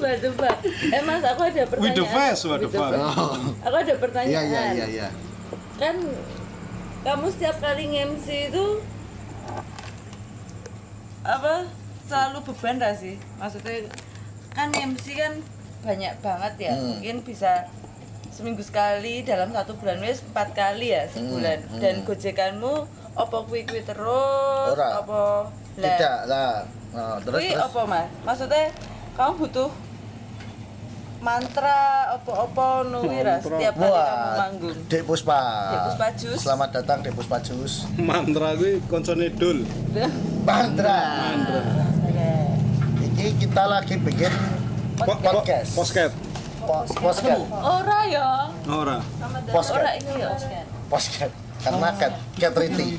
Speaker 4: Waduh, Pak. Eh, Mas, aku ada pertanyaan.
Speaker 2: With the face, what the
Speaker 4: With the
Speaker 2: fuck.
Speaker 4: face.
Speaker 5: Oh.
Speaker 4: Aku ada
Speaker 5: Iya
Speaker 4: pertanyaan.
Speaker 5: iya iya iya.
Speaker 4: Kan kamu setiap kali nge-MC itu apa selalu beban gak sih? Maksudnya kan nge-MC kan banyak banget ya.
Speaker 5: Hmm.
Speaker 4: Mungkin bisa seminggu sekali dalam satu bulan wis empat kali ya sebulan.
Speaker 5: Hmm,
Speaker 4: Dan gojekanmu opo kuwi-kuwi terus
Speaker 5: Ora.
Speaker 4: opo Lah,
Speaker 5: Tidak lah. Oh, terus
Speaker 4: Kuwi
Speaker 5: terus.
Speaker 4: apa mas? Maksudnya kamu butuh mantra apa-apa nuwira setiap kali kamu
Speaker 5: Wah,
Speaker 4: manggung.
Speaker 5: Dek Puspa.
Speaker 4: Dek Puspa Jus.
Speaker 5: Selamat datang Dek Puspa Jus.
Speaker 2: Mantra kuwi koncone dul.
Speaker 5: Mantra. Ini kita lagi bikin
Speaker 2: Po- po-
Speaker 5: podcast.
Speaker 2: Posket.
Speaker 5: Po- Podcast.
Speaker 4: Ora ya.
Speaker 2: Ora.
Speaker 5: Posket.
Speaker 4: Ora ini ya.
Speaker 5: Podcast.
Speaker 4: Oh.
Speaker 5: Karena cat Kan cat treaty.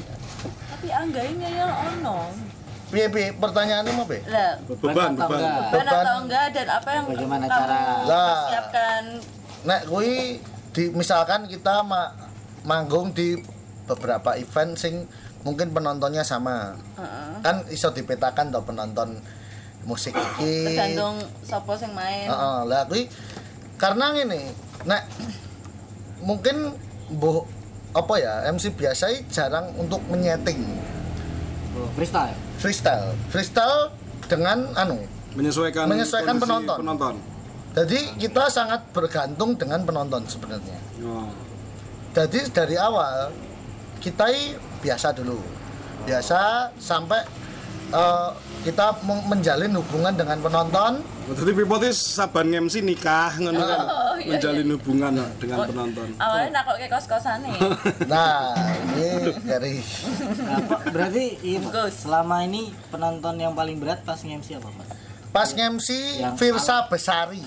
Speaker 4: Tapi anggainya ya ono.
Speaker 5: Piye piye pertanyaanmu mau be?
Speaker 4: Lah,
Speaker 2: Beban, beban.
Speaker 4: kan
Speaker 5: Beban.
Speaker 4: atau enggak dan apa yang
Speaker 3: Bagaimana
Speaker 4: kamu
Speaker 3: cara?
Speaker 5: Lah.
Speaker 4: persiapkan
Speaker 5: Nek kuwi di misalkan kita ma- manggung di beberapa event sing mungkin penontonnya sama. Kan iso dipetakan toh penonton musik iki.
Speaker 4: tergantung sopo yang main.
Speaker 5: Heeh, lah kuwi karena ngene, nek mungkin mbuh apa ya MC biasa iki jarang untuk menyeting
Speaker 3: freestyle
Speaker 5: freestyle. Freestyle dengan anu
Speaker 2: Menyesuaikan
Speaker 5: Menyesuaikan
Speaker 2: kondisi
Speaker 5: penonton.
Speaker 2: penonton.
Speaker 5: jadi kita sangat bergantung dengan penonton sebenarnya.
Speaker 2: Oh.
Speaker 5: jadi dari awal kita i biasa dulu biasa sampai eh, kita meng- menjalin hubungan dengan penonton
Speaker 2: Jadi Pipotis saban MC nikah ngono kan.
Speaker 13: Oh, iya,
Speaker 2: Menjalin hubungan nah, dengan
Speaker 13: Oh.
Speaker 2: penonton.
Speaker 13: awalnya nakok ke kos-kosan nih
Speaker 5: nah ini dari
Speaker 3: Apa, berarti iya, Pak. selama ini penonton yang paling berat pas nge-MC apa Pak?
Speaker 5: pas MC Firsa Besari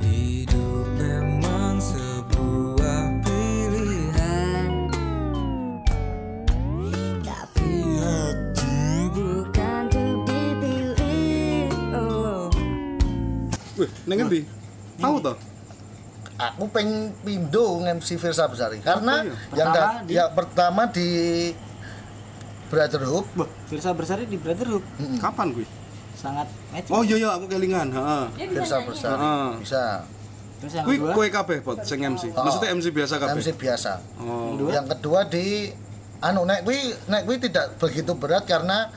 Speaker 11: Hidup memang sebuah pilihan Tapi hati bukan untuk dipilih oh.
Speaker 2: Wih, neng ngendi? Tahu toh?
Speaker 5: aku peng pindo MC Firsa Besari karena
Speaker 3: ya?
Speaker 5: yang
Speaker 3: Pertama
Speaker 5: da-
Speaker 3: di-
Speaker 5: yang pertama di Brotherhood
Speaker 3: Firsa Bersari di Brotherhood
Speaker 2: Kapan gue?
Speaker 3: sangat match.
Speaker 2: Oh iya iya aku kelingan, heeh.
Speaker 13: Dia bisa
Speaker 5: Firsa
Speaker 13: nyanyi.
Speaker 5: Besari
Speaker 2: Heeh.
Speaker 5: bisa
Speaker 3: Terus yang
Speaker 2: Kuwi
Speaker 3: kedua,
Speaker 2: kowe kabeh pot sing MC.
Speaker 5: Oh.
Speaker 2: Maksudnya MC biasa kabeh.
Speaker 5: MC biasa
Speaker 2: Oh.
Speaker 3: Dua.
Speaker 5: yang kedua di anu nek kuwi nek kuwi tidak begitu berat karena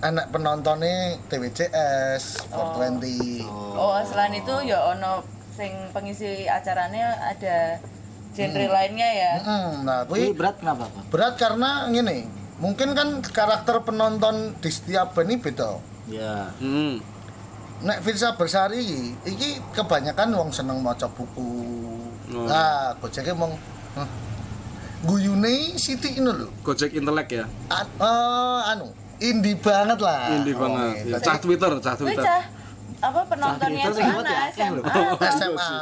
Speaker 5: anak penontonnya TWCS 420
Speaker 13: oh selain itu ya ono sing pengisi acaranya ada genre lainnya ya
Speaker 5: Mm,
Speaker 3: ini
Speaker 5: nah kuwi
Speaker 3: berat kenapa Pak?
Speaker 5: berat karena gini mungkin kan karakter penonton di setiap band ini beda
Speaker 3: Ya.
Speaker 2: Hmm.
Speaker 5: nek Firsa Bersari iki, iki kebanyakan wong seneng maca buku
Speaker 2: Oh.
Speaker 5: nah gojeknya mong "Hah, guyune sithik ngono lho
Speaker 2: Gojek intelek ya.
Speaker 5: A- eh, anu indie banget lah
Speaker 2: Indie
Speaker 5: Oh,
Speaker 2: banget. Ya,
Speaker 5: iya.
Speaker 2: cah Twitter, cah
Speaker 13: Wih,
Speaker 2: Twitter.
Speaker 13: cah apa penontonnya
Speaker 3: Nah, itu
Speaker 13: itu
Speaker 3: sing buat ya,
Speaker 13: anak
Speaker 3: akeh lho.
Speaker 13: SMA
Speaker 5: SMA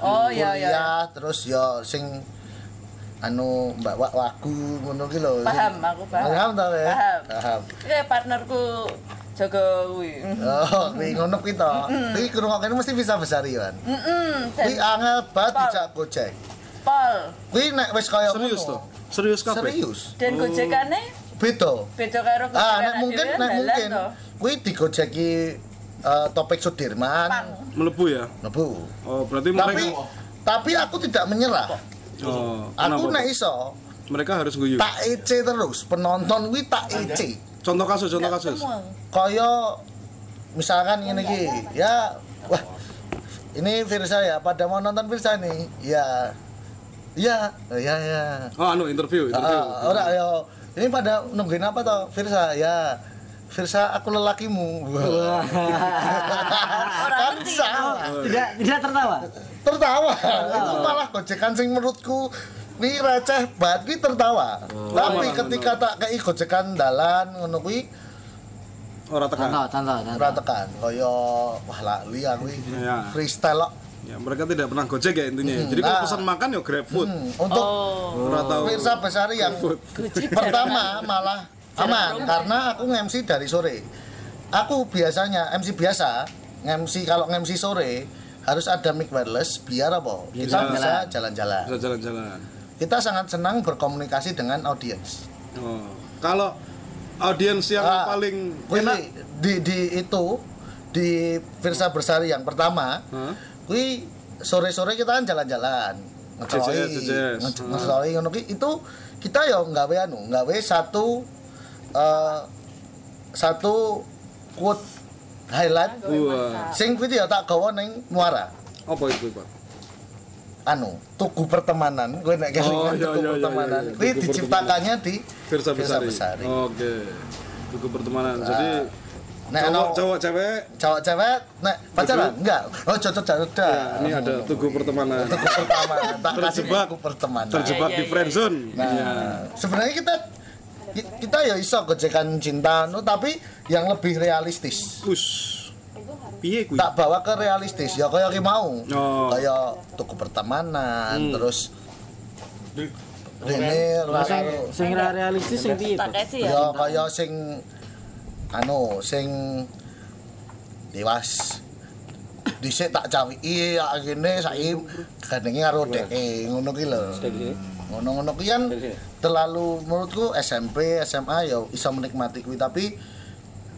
Speaker 13: Oh, iya, iya,
Speaker 5: kuliah, terus yo sing anu mbak wak waku ngono ki lho
Speaker 13: Paham, aku paham.
Speaker 5: paham ta ya
Speaker 13: Paham.
Speaker 5: paham
Speaker 13: ya partnerku Jokowi
Speaker 5: oh kuwi ngono kuwi to iki ngrungokne mesti bisa besar Iwan
Speaker 13: Mm-mm, dan
Speaker 5: kuwi angel banget
Speaker 13: Pol.
Speaker 5: dijak gojek
Speaker 13: Pol
Speaker 5: kuwi nek wis kaya
Speaker 2: Serius
Speaker 5: ngono,
Speaker 2: toh? Serius kabeh.
Speaker 5: serius
Speaker 13: dan gojekannya
Speaker 5: beda
Speaker 13: beda karo
Speaker 5: ah
Speaker 13: gojekan
Speaker 5: nek mungkin
Speaker 13: Adilan
Speaker 5: nek
Speaker 13: dalan
Speaker 5: mungkin
Speaker 13: toh.
Speaker 5: kuwi digojeki eh, topik Sudirman
Speaker 13: Pang.
Speaker 2: Melebu ya.
Speaker 5: lebu
Speaker 2: Oh, berarti
Speaker 5: tapi
Speaker 2: mereka
Speaker 5: tapi aku tidak menyerah
Speaker 2: Oh,
Speaker 5: aku
Speaker 2: kenapa?
Speaker 5: nek iso
Speaker 2: mereka harus guyu.
Speaker 5: tak ece terus penonton kuwi tak ece
Speaker 2: Contoh kasus, contoh kasus.
Speaker 13: Semua.
Speaker 5: kaya misalkan ini ki ya wah ini Firsa ya pada mau nonton Firsa nih ya ya ya ya
Speaker 2: Oh, anu interview, interview.
Speaker 5: Ah, ora ya ini pada nungguin apa toh Firsa ya Firsa aku lelakimu Wah. kan salah
Speaker 3: Tidak tidak tertawa.
Speaker 5: tertawa itu malah gojekan sing menurutku ini receh banget kuwi Oh. tertawa tapi ketika tak kei gojekan dalan ngono kuwi
Speaker 2: Ora tekan.
Speaker 3: Contoh, contoh,
Speaker 5: ora
Speaker 3: contoh.
Speaker 5: tekan kaya wah lali aku iki
Speaker 2: Iya.
Speaker 5: freestyle kok
Speaker 2: Ya, mereka tidak pernah gojek ya intinya. ya. Jadi kalau
Speaker 5: Nah.
Speaker 2: pesan makan ya grab food.
Speaker 5: Hmm, Oh. untuk
Speaker 2: Ora tahu.
Speaker 5: Firsa Besari yang pertama malah aman karena aku nge-MC dari sore aku biasanya MC biasa nge-MC kalau nge-MC sore harus ada mic wireless biar apa kita bisa jalan-jalan
Speaker 2: Bisa jalan-jalan.
Speaker 5: kita sangat senang berkomunikasi dengan audiens
Speaker 2: Oh. Kalau audiens yang
Speaker 5: Ah,
Speaker 2: paling
Speaker 5: Kuwi
Speaker 2: enak
Speaker 5: di di itu di Firsa Bersari yang pertama
Speaker 2: Hah?
Speaker 5: kui sore-sore kita kan jalan-jalan ngecoy
Speaker 2: Jejes, jejes.
Speaker 5: nge- ngecoy ngono ki. itu kita ya nggawe anu nggawe satu eh, satu quote highlight
Speaker 2: ya. Wah,
Speaker 5: sing kuwi ya tak gawa ning muara
Speaker 2: apa itu, Pak?
Speaker 5: anu tugu pertemanan gue nek
Speaker 2: Oh,
Speaker 5: kelingan
Speaker 2: iya, iya,
Speaker 5: tugu
Speaker 2: iya,
Speaker 5: pertemanan
Speaker 2: iya, iya.
Speaker 5: Kuwi
Speaker 2: Tugu
Speaker 5: diciptakannya di
Speaker 2: Firsa Oh.
Speaker 5: Firsa
Speaker 2: Besari.
Speaker 5: Besari. Ah. Nah,
Speaker 2: Oke. Buku pertemanan. Jadi
Speaker 5: Nek
Speaker 2: cowok,
Speaker 5: ana-
Speaker 2: cowok, cewek.
Speaker 5: cowok cewek nek pacaran enggak oh cocok cocok
Speaker 2: Ya, ini ada tugu pertemanan.
Speaker 5: tugu pertemanan tak kasih
Speaker 2: Terjebak.
Speaker 5: tugu pertemanan
Speaker 2: Terjebak di friendzone.
Speaker 5: Nah,
Speaker 2: Iya.
Speaker 5: sebenarnya kita ki- kita ya iso gojekan cinta no, tapi yang lebih realistis.
Speaker 2: Us. Piye kuwi?
Speaker 5: Tak bawa ke realistis ya kayak ki mau.
Speaker 2: Oh. Hmm.
Speaker 5: Kayak tuku pertemanan terus Rene
Speaker 3: Sing
Speaker 5: karo
Speaker 3: sing ra realistis sing piye? Pak?
Speaker 13: pakai sih ya
Speaker 5: ya kaya sing anu sing dewas dhisik tak cawiki ya ngene saiki gandengi karo dheke ngono ki lho ngono-ngono ki kan terlalu menurutku SMP SMA ya iso menikmati kuwi tapi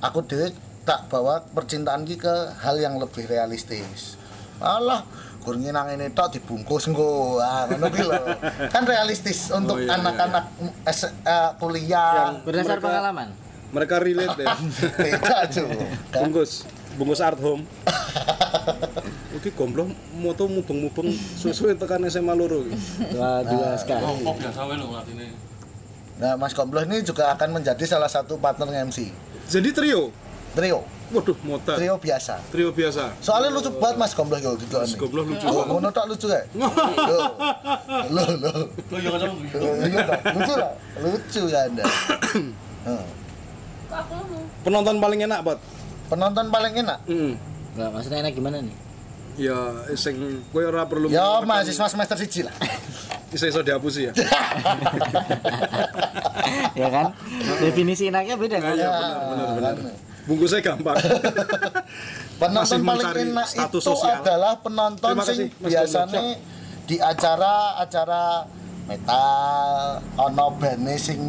Speaker 5: aku dhewe tak bawa percintaan ki ke hal yang lebih realistis alah gur nginang ini tok dibungkus engko ah ngono ki lho kan realistis
Speaker 2: Oh,
Speaker 5: untuk
Speaker 2: iya, iya,
Speaker 5: anak-anak S- eh, kuliah
Speaker 3: Berdasar pengalaman.
Speaker 2: Mereka relate ya.
Speaker 5: beda cuy
Speaker 2: Kan? bungkus bungkus art home oke iki gombloh moto mubeng-mubeng suwe-suwe tekan SMA loro iki.
Speaker 3: Ah.
Speaker 5: Wah, gila sekali.
Speaker 7: Kok gak sawe lho artine.
Speaker 5: Nah, Mas Komploh ini juga akan menjadi salah satu partner MC.
Speaker 2: Jadi trio?
Speaker 5: Trio.
Speaker 2: Waduh, motor.
Speaker 5: Trio biasa.
Speaker 2: Trio biasa.
Speaker 5: Soalnya lucu banget Mas Komploh yo gitu Mas
Speaker 2: Komploh lucu
Speaker 5: Oh,
Speaker 2: banget.
Speaker 5: ngono tok lucu ya? Loh. Loh, loh.
Speaker 7: Loh, ya kan
Speaker 5: Loh, iya tok. Lucu lah. Lucu ya Anda. Heeh.
Speaker 2: Penonton paling enak, Bot.
Speaker 5: Penonton paling enak?
Speaker 2: Heeh.
Speaker 3: Enggak, maksudnya enak gimana nih?
Speaker 2: Ya sing kowe ora perlu
Speaker 5: Ya mahasiswa semester 1 lah.
Speaker 2: Bisa iso dihapusi ya.
Speaker 3: ya kan? Definisi enaknya beda kan?
Speaker 2: Iya, benar, benar,
Speaker 5: Ya,
Speaker 2: benar.
Speaker 5: kan?
Speaker 2: Bungkusnya gampang. Masih
Speaker 5: Penonton paling
Speaker 2: mencari
Speaker 5: enak itu
Speaker 2: status sosial.
Speaker 5: adalah penonton
Speaker 2: Terima
Speaker 5: sing
Speaker 2: kasih, Mas
Speaker 5: biasanya
Speaker 2: Gombloh.
Speaker 5: di acara-acara metal ono band sing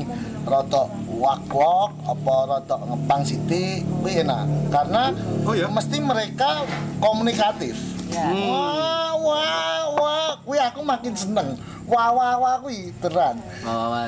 Speaker 5: rada wak-wak apa rada ngepang sithik kuwi enak karena
Speaker 2: Oh, iya?
Speaker 5: mesti mereka komunikatif. Wah, wah, wah, kuwi aku makin seneng. Wah, wah, wah kuwi teran.
Speaker 3: Wah, wah,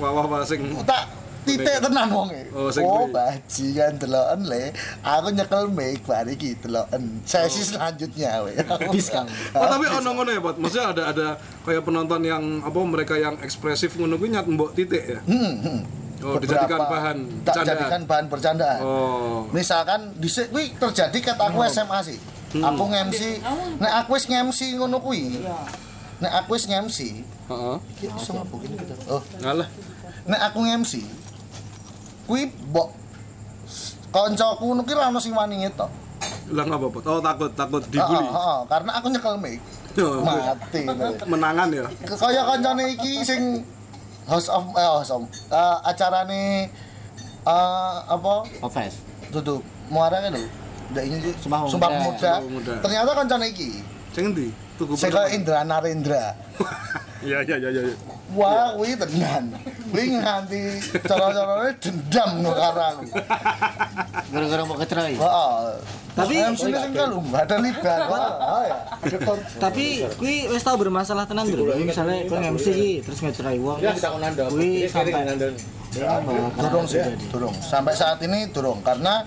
Speaker 2: Wah wah wah sing
Speaker 5: tak titik tenan wonge.
Speaker 2: Oh,
Speaker 5: Oh,
Speaker 2: sing kuwi.
Speaker 5: bajingan deloken le. Aku nyekel mic bar iki deloken. Sesi selanjutnya we.
Speaker 2: Oh. Habis, Kang. Oh, tapi ono ngono ya, Bot. Maksudnya ada ada kayak penonton yang apa mereka yang ekspresif ngono kuwi nyat mbok titik ya.
Speaker 5: Hmm.
Speaker 2: Oh,
Speaker 5: Beberapa-
Speaker 2: dijadikan bahan
Speaker 5: tak
Speaker 2: bercandaan.
Speaker 5: jadikan bahan bercandaan.
Speaker 2: Oh.
Speaker 5: Misalkan dhisik kuwi terjadi ket aku SMA sih.
Speaker 2: Hmm.
Speaker 5: Aku ngemsi, nek aku wis ngemsi ngono kuwi. Nek aku wis ngemsi,
Speaker 2: heeh.
Speaker 5: Iki iso mabuk ini gitu. Oh.
Speaker 2: Ngalah.
Speaker 5: Nek aku ngemsi, kuwi mbok kancaku ngono ki ra ono sing wani ngetok.
Speaker 2: Lah ngapa, Bot? Oh, takut takut dibully. Oh,
Speaker 5: Heeh, heeh, Ah, karena aku nyekel mic.
Speaker 2: Yo,
Speaker 5: Mati. le.
Speaker 2: Menangan ya.
Speaker 5: kaya kancane iki sing House of eh House of eh, acarane eh apa?
Speaker 3: Ofes.
Speaker 5: Tutup muara kan lho. Ndak ini iki
Speaker 3: Sumpah Pemuda.
Speaker 5: Sumpah Pemuda.
Speaker 3: Sumpah Pemuda.
Speaker 5: Ternyata kancane iki.
Speaker 2: Sing ndi? Tugu
Speaker 5: Sing kaya Indra Narendra.
Speaker 2: Iya iya iya iya.
Speaker 5: Wah, kuwi tenan. Kuwi nganti cara-carane dendam no karo aku.
Speaker 3: Gara-gara mau kecerai.
Speaker 5: Heeh.
Speaker 3: Tapi
Speaker 5: MC sing kalau enggak ada libat. Heeh Ah, ya. Ada kon-
Speaker 3: tapi kui wis tau bermasalah tenan bro
Speaker 14: Iya,
Speaker 3: misalnya kui MC ki terus ngecerai wong
Speaker 5: Ya,
Speaker 3: terus
Speaker 5: kita konanda.
Speaker 3: kui
Speaker 5: Ini
Speaker 3: sampai
Speaker 5: kering, konanda. Durung sih, durung. Sampai saat ini durung karena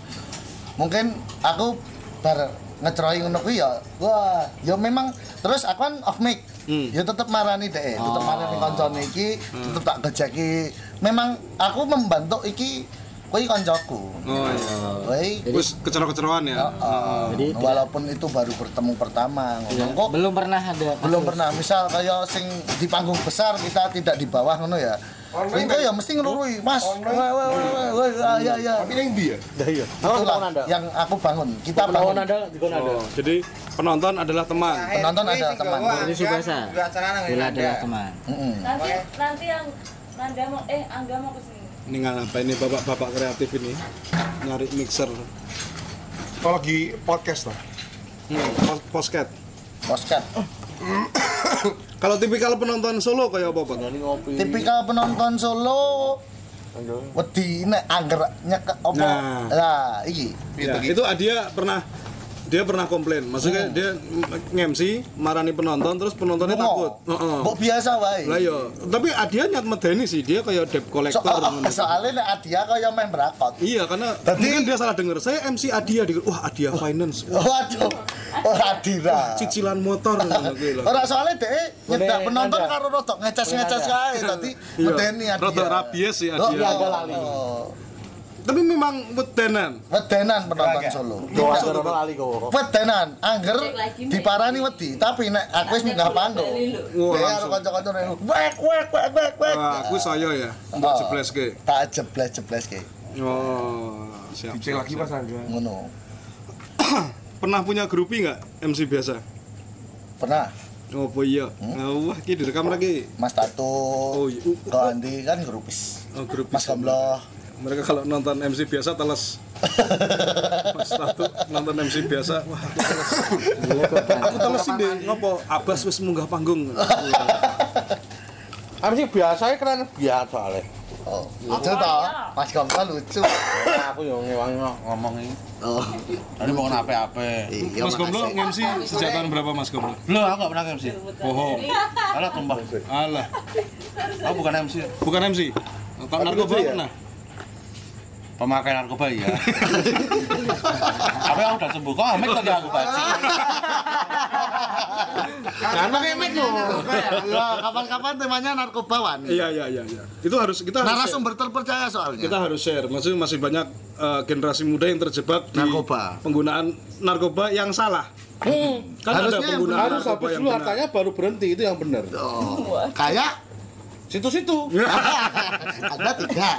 Speaker 5: mungkin aku bar ngecerai ngono kuwi ya. Wah, ya memang terus aku kan off mic. Ya tetep marani deh,
Speaker 3: Oh.
Speaker 5: tetep marani koncone iki, tetep tak gejeki. Memang aku membantu iki kuwi koncoku.
Speaker 2: Oh iya.
Speaker 5: Kuwi
Speaker 2: Terus keceroan-keceroan ya.
Speaker 5: Jadi walaupun itu baru bertemu pertama ngomong kok
Speaker 3: belum pernah ada
Speaker 5: belum pernah misal kayak sing di panggung besar kita tidak di bawah ngono ya
Speaker 2: kan?
Speaker 3: Online,
Speaker 5: Engko ya mesti ngelurui mas woi woi woi woi ah, ya ya tapi yang dia
Speaker 2: iya.
Speaker 5: itulah yang aku bangun kita bangun
Speaker 2: Oh, jadi penonton adalah teman.
Speaker 5: Penonton adalah teman.
Speaker 2: Ini subasa. Bila adalah teman.
Speaker 4: Nanti nanti yang Nanda mau eh Angga mau ke sini.
Speaker 2: Ini nggak apa ini bapak-bapak kreatif ini nyari mixer.
Speaker 7: Kalau lagi podcast lah.
Speaker 2: Hmm, posket.
Speaker 5: Posket.
Speaker 2: Kalau tipikal penonton solo kayak apa, Pak?
Speaker 5: tipikal penonton solo wedi nek angger nyekek opo
Speaker 2: Nah.
Speaker 5: lah iki Iya.
Speaker 2: Ya, itu dia pernah dia pernah komplain. Maksudnya dia ngemsi marani penonton terus penontonnya takut. Heeh.
Speaker 5: Mbok biasa wae
Speaker 2: Lah iya, tapi Adia nyat medeni sih, dia kayak debt collector.
Speaker 5: So- soalnya nek Adia kaya member akot
Speaker 2: Iya, karena mungkin dia salah dengar. Saya MC Adia di wah Adia Finance.
Speaker 5: Waduh, ora dira.
Speaker 2: Cicilan motor Gitu, ngono kuwi lho.
Speaker 5: Ora soalnya dhek nyedak
Speaker 2: Boleh,
Speaker 5: penonton
Speaker 2: Nanda.
Speaker 5: karo rodok ngeces-ngeces
Speaker 2: Boleh, Nanda.
Speaker 5: kae tadi
Speaker 2: Iya.
Speaker 5: medeni Adia.
Speaker 2: Rodok rabies sih Adia.
Speaker 5: Oh, iya,
Speaker 2: ada lali. Tapi memang wedenan.
Speaker 5: Wedenan penonton Solo. Wedenan, angger diparani wedi, tapi nek aku wis munggah panggung.
Speaker 2: Wah,
Speaker 5: Dhek karo
Speaker 2: langsung.
Speaker 5: kanca-kancane wek wek wek wek wek.
Speaker 2: Wah, aku saya ya. Mbok jebleske.
Speaker 5: Tak jebles-jebleske.
Speaker 2: Oh, siap.
Speaker 7: Dicek lagi, Mas Angga.
Speaker 5: Ngono.
Speaker 2: Pernah punya grupi nggak MC biasa?
Speaker 5: Pernah.
Speaker 2: Oh, apa iya. Wah, ki direkam lagi.
Speaker 5: Mas Tato.
Speaker 2: Oh, iya.
Speaker 5: Kau Andi kan grupis.
Speaker 2: Oh, grupis.
Speaker 5: Mas Gombloh.
Speaker 2: Mereka kalau nonton MC biasa teles. Mas Tato nonton MC biasa, wah aku teles. aku teles sih deh, ngopo Abas wis munggah panggung.
Speaker 15: MC biasanya keren biar soalnya.
Speaker 5: Oh, lucu toh. Mas Gombloh lucu.
Speaker 15: Iya, aku yang ngewangi ngomong ini.
Speaker 5: Oh. Iya,
Speaker 15: Tadi mau apa-apa.
Speaker 2: Mas Gomblo MC sejak tahun berapa Mas Gomblo?
Speaker 15: Belum, aku gak pernah MC.
Speaker 2: Bohong.
Speaker 15: Alah tumpah.
Speaker 2: Alah,
Speaker 15: Aku bukan MC.
Speaker 2: bukan MC. Kak
Speaker 15: Tapi
Speaker 2: Narko
Speaker 15: lucu ya?
Speaker 2: pernah?
Speaker 14: pemakai narkoba
Speaker 15: iya.
Speaker 14: ya apa yang udah sembuh kok amek tadi aku baca
Speaker 5: Karena kemek Kan loh. Ya, kapan-kapan temanya narkobawan.
Speaker 2: Iya iya iya iya. Itu harus kita harus
Speaker 5: Narasumber terpercaya soalnya.
Speaker 2: kita harus share. Maksudnya masih banyak eh, generasi muda yang terjebak di narkoba. penggunaan narkoba yang salah. Kan ada penggunaan
Speaker 16: harus
Speaker 2: narkoba
Speaker 16: habis
Speaker 2: yang
Speaker 16: dulu
Speaker 2: benar.
Speaker 16: hartanya baru berhenti itu yang benar.
Speaker 5: Oh. Kayak
Speaker 16: situ-situ.
Speaker 5: Anda tidak.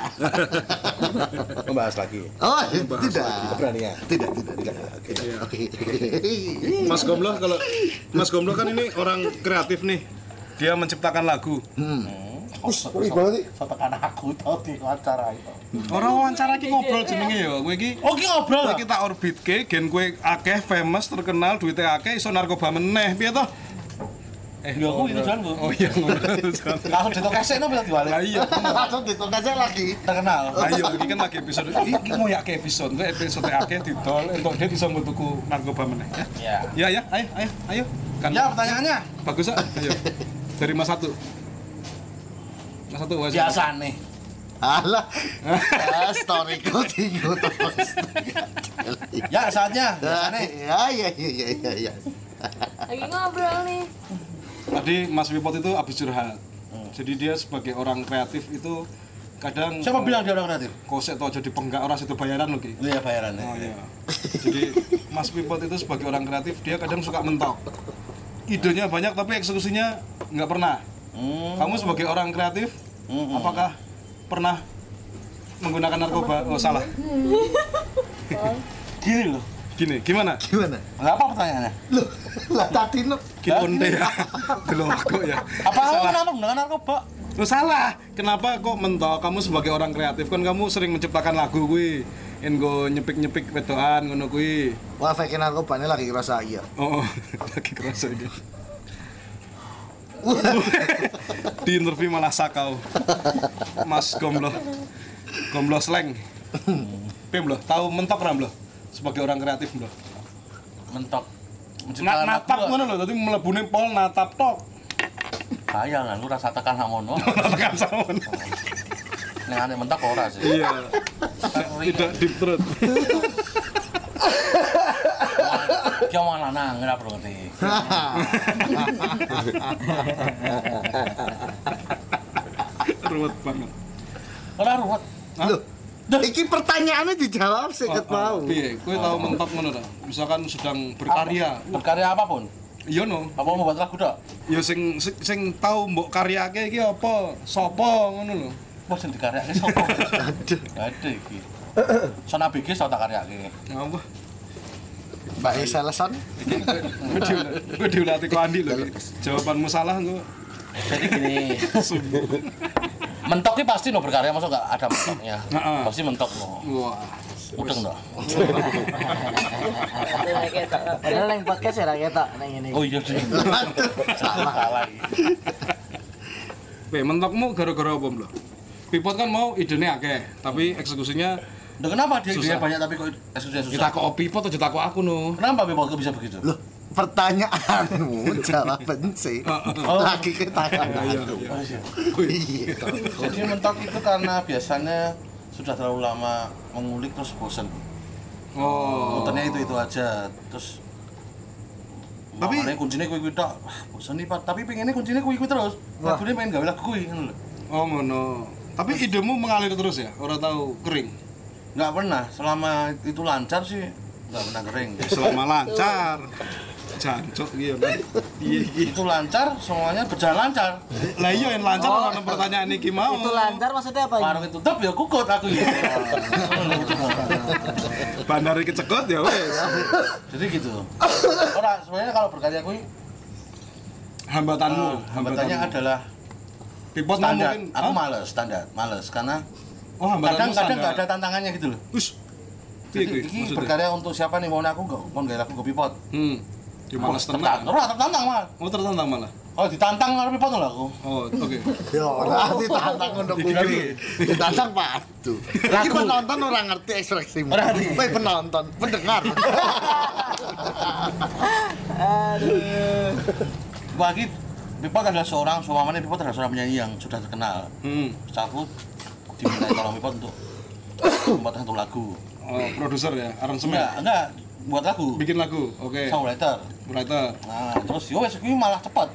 Speaker 16: Membahas lagi.
Speaker 5: Oh,
Speaker 16: Membahas
Speaker 5: tidak.
Speaker 16: lagi. Keberanian.
Speaker 5: Tidak, tidak, tidak.
Speaker 16: Oke.
Speaker 2: Mas Gombloh kalau Mas Gombloh kan ini orang kreatif nih. Dia menciptakan lagu.
Speaker 14: Setekan aku tau di wawancara itu
Speaker 2: Orang wawancara ki ngobrol jenenge ya, kowe iki.
Speaker 14: Oh, ki ngobrol.
Speaker 2: Kowe kita orbitke gen kowe akeh famous terkenal duite akeh iso narkoba meneh piye toh? Eh, lho
Speaker 14: aku itu tujuanku.
Speaker 2: Oh iya ngono tujuan.
Speaker 14: langsung ditokesek no bisa diwalik
Speaker 2: Lah iya.
Speaker 5: Langsung ditokesek lagi
Speaker 14: terkenal
Speaker 2: Ayo, iki kan lagi episode iki iki ngoyake episode, kowe episode akeh didol entuk dia iso metuku narkoba meneh ya.
Speaker 14: ya
Speaker 2: Ya ya, ayo ayo ayo. Kan
Speaker 14: Ya, pertanyaannya.
Speaker 2: Bagus ah. Ayo. Dari Mas Satu. Mas Satu wes.
Speaker 14: biasa nih
Speaker 5: Alah, ah, story ku tinggu terus.
Speaker 14: Ya, saatnya.
Speaker 5: Ya, ya, ya, ya, ya, ya.
Speaker 4: Lagi ngobrol nih.
Speaker 2: Tadi Mas Wipot itu abis curhat.
Speaker 14: Oh.
Speaker 2: Jadi dia sebagai orang kreatif itu kadang eh,
Speaker 14: Siapa bilang dia orang kreatif?
Speaker 2: Kosek tuh jadi penggak orang itu bayaran loh Ki.
Speaker 14: Iya bayaran.
Speaker 2: Oh iya. Jadi Mas Wipot itu sebagai orang kreatif dia kadang suka mentok. Idenya banyak tapi eksekusinya nggak pernah.
Speaker 14: Hmm,
Speaker 2: Kamu sebagai orang kreatif apakah pernah menggunakan narkoba? Oh salah.
Speaker 14: Hmm. Gini loh.
Speaker 2: Gini, gimana?
Speaker 5: Gimana?
Speaker 14: Lah apa pertanyaannya?
Speaker 5: Loh, lah tadi lo
Speaker 2: Kilonde ya. Belum aku ya.
Speaker 14: Apa
Speaker 2: Salah.
Speaker 14: kamu kenapa menggunakan narkoba?
Speaker 2: Lu salah. Kenapa kok mentok? Kamu sebagai orang kreatif kan kamu sering menciptakan lagu kuwi. Enggo nyepik-nyepik wedokan ngono kuwi.
Speaker 5: Wah, fake narkoba ini lagi kerasa iya.
Speaker 2: Oh, lagi kerasa ini. Di interview malah sakau. Mas Gombloh. Gombloh slang. Pim loh, tahu mentok ram loh. Sebagai orang kreatif loh.
Speaker 14: Mentok.
Speaker 2: Na natap ngono loh, tadi melebune pol natap tok.
Speaker 14: Kaya lah, lu rasa tekan ngono.
Speaker 2: Tekan ngono.
Speaker 14: Ning aneh mentok ora sih. Kan
Speaker 2: Iya. Tidak deep throat.
Speaker 14: Ki omong lanang ora perlu ngerti.
Speaker 2: Ruwet banget.
Speaker 14: Ora ruwet.
Speaker 5: Loh,
Speaker 11: Nah,
Speaker 5: iki pertanyaannya dijawab sih ket
Speaker 2: Oh,
Speaker 5: mau.
Speaker 2: Piye, kowe tahu mentok ngono ta? Misalkan sedang berkarya.
Speaker 14: Berkarya apapun.
Speaker 2: Iya no.
Speaker 14: Apa mau buat lagu tok?
Speaker 2: Ya sing sing, sing tahu mbok karyake iki apa? Sopo ngono lho.
Speaker 14: Wah, sing dikaryake sapa? Aduh. Aduh iki. Sona bigis tau tak karyake.
Speaker 2: Ngapa?
Speaker 5: Mbak Esaleson.
Speaker 2: Kowe diul- kowe diulati kok Andi lho. Ki. Jawabanmu salah engko.
Speaker 14: Jadi gini. mentok ki pasti no berkarya masa enggak ada mentoknya.
Speaker 2: Heeh.
Speaker 14: Pasti mentok no.
Speaker 2: Wah.
Speaker 14: Udeng no.
Speaker 3: Padahal yang podcast ya rakyat tak neng ini.
Speaker 14: Oh iya sih. Salah.
Speaker 2: Pe mentokmu gara-gara apa lho? Pipot kan mau idenya akeh, tapi eksekusinya
Speaker 14: Nah, kenapa dia dia banyak tapi kok eksekusinya susah?
Speaker 2: Kita kok Pipot aja takut aku no.
Speaker 14: Kenapa memang kok bisa begitu?
Speaker 5: Loh, pertanyaanmu jawaban sih. Lagi kita
Speaker 2: Oh, Iya,
Speaker 5: Iya.
Speaker 14: Jadi mentok itu karena biasanya sudah terlalu lama mengulik terus bosen.
Speaker 2: Oh.
Speaker 14: Muternya itu itu aja. Terus tapi makanya kuncinya kuwi kuwi tok. Wah, bosen nih Pak. Tapi pengennya kuncinya kuwi kuwi terus.
Speaker 2: Wah.
Speaker 14: Lagunya pengen gawe lagu kuwi ngono lho.
Speaker 2: Oh ngono. Tapi idemu mengalir terus ya, orang tahu kering.
Speaker 14: Enggak pernah selama itu lancar sih enggak pernah kering.
Speaker 2: Selama lancar. Jancok iya kan. Iya iya.
Speaker 14: itu lancar semuanya berjalan lancar.
Speaker 2: Lah iya yang lancar oh. orang pertanyaan iki mau.
Speaker 3: Itu lancar maksudnya apa?
Speaker 14: Warung itu tetap ya kukut aku ya.
Speaker 2: Bandar iki cekot ya wes.
Speaker 14: Jadi gitu. Orang sebenarnya kalau berkarya kuwi
Speaker 2: Hambatanmu,
Speaker 5: Ah,
Speaker 14: eh, hambatannya
Speaker 2: Ah, hambatanmu.
Speaker 14: adalah
Speaker 2: Pipot mau
Speaker 14: standar.
Speaker 2: mungkin-
Speaker 14: Aku
Speaker 2: Hah?
Speaker 14: males standar, males karena
Speaker 2: Oh, hambatanmu
Speaker 14: kadang-kadang
Speaker 2: standar.
Speaker 14: nggak ada tantangannya gitu loh.
Speaker 2: Us. Piye
Speaker 14: Jadi
Speaker 2: kuwi
Speaker 14: ini
Speaker 2: Iya, maksudnya?
Speaker 14: berkarya untuk siapa nih? Mau aku nggak, mau nggak aku nggak pipot.
Speaker 2: Hmm. Ya
Speaker 14: Aku
Speaker 2: males
Speaker 14: tertantang,
Speaker 2: tenang.
Speaker 14: ora tertantang mal.
Speaker 2: Mau tertantang malah.
Speaker 14: Kalau ditantang kalau pipot lah aku.
Speaker 2: Oh, oke.
Speaker 5: Ya ora ditantang ngono
Speaker 2: gitu.
Speaker 5: kuwi. Ditantang padu. Lah
Speaker 14: Lagu.
Speaker 5: penonton ora ngerti ekspresimu.
Speaker 14: Ora ngerti.
Speaker 5: Woi penonton, pendengar.
Speaker 14: Bagi Pipot adalah seorang, suamanya Pipot adalah seorang penyanyi yang sudah terkenal.
Speaker 2: Hmm.
Speaker 14: Terus aku diminta tolong Pipot untuk buat satu lagu
Speaker 2: Oh, produser ya, aransemen.
Speaker 14: Enggak, enggak, buat lagu.
Speaker 2: Bikin lagu, oke.
Speaker 14: Songwriter.
Speaker 2: Songwriter.
Speaker 14: Nah, terus yo wes kuwi malah cepat.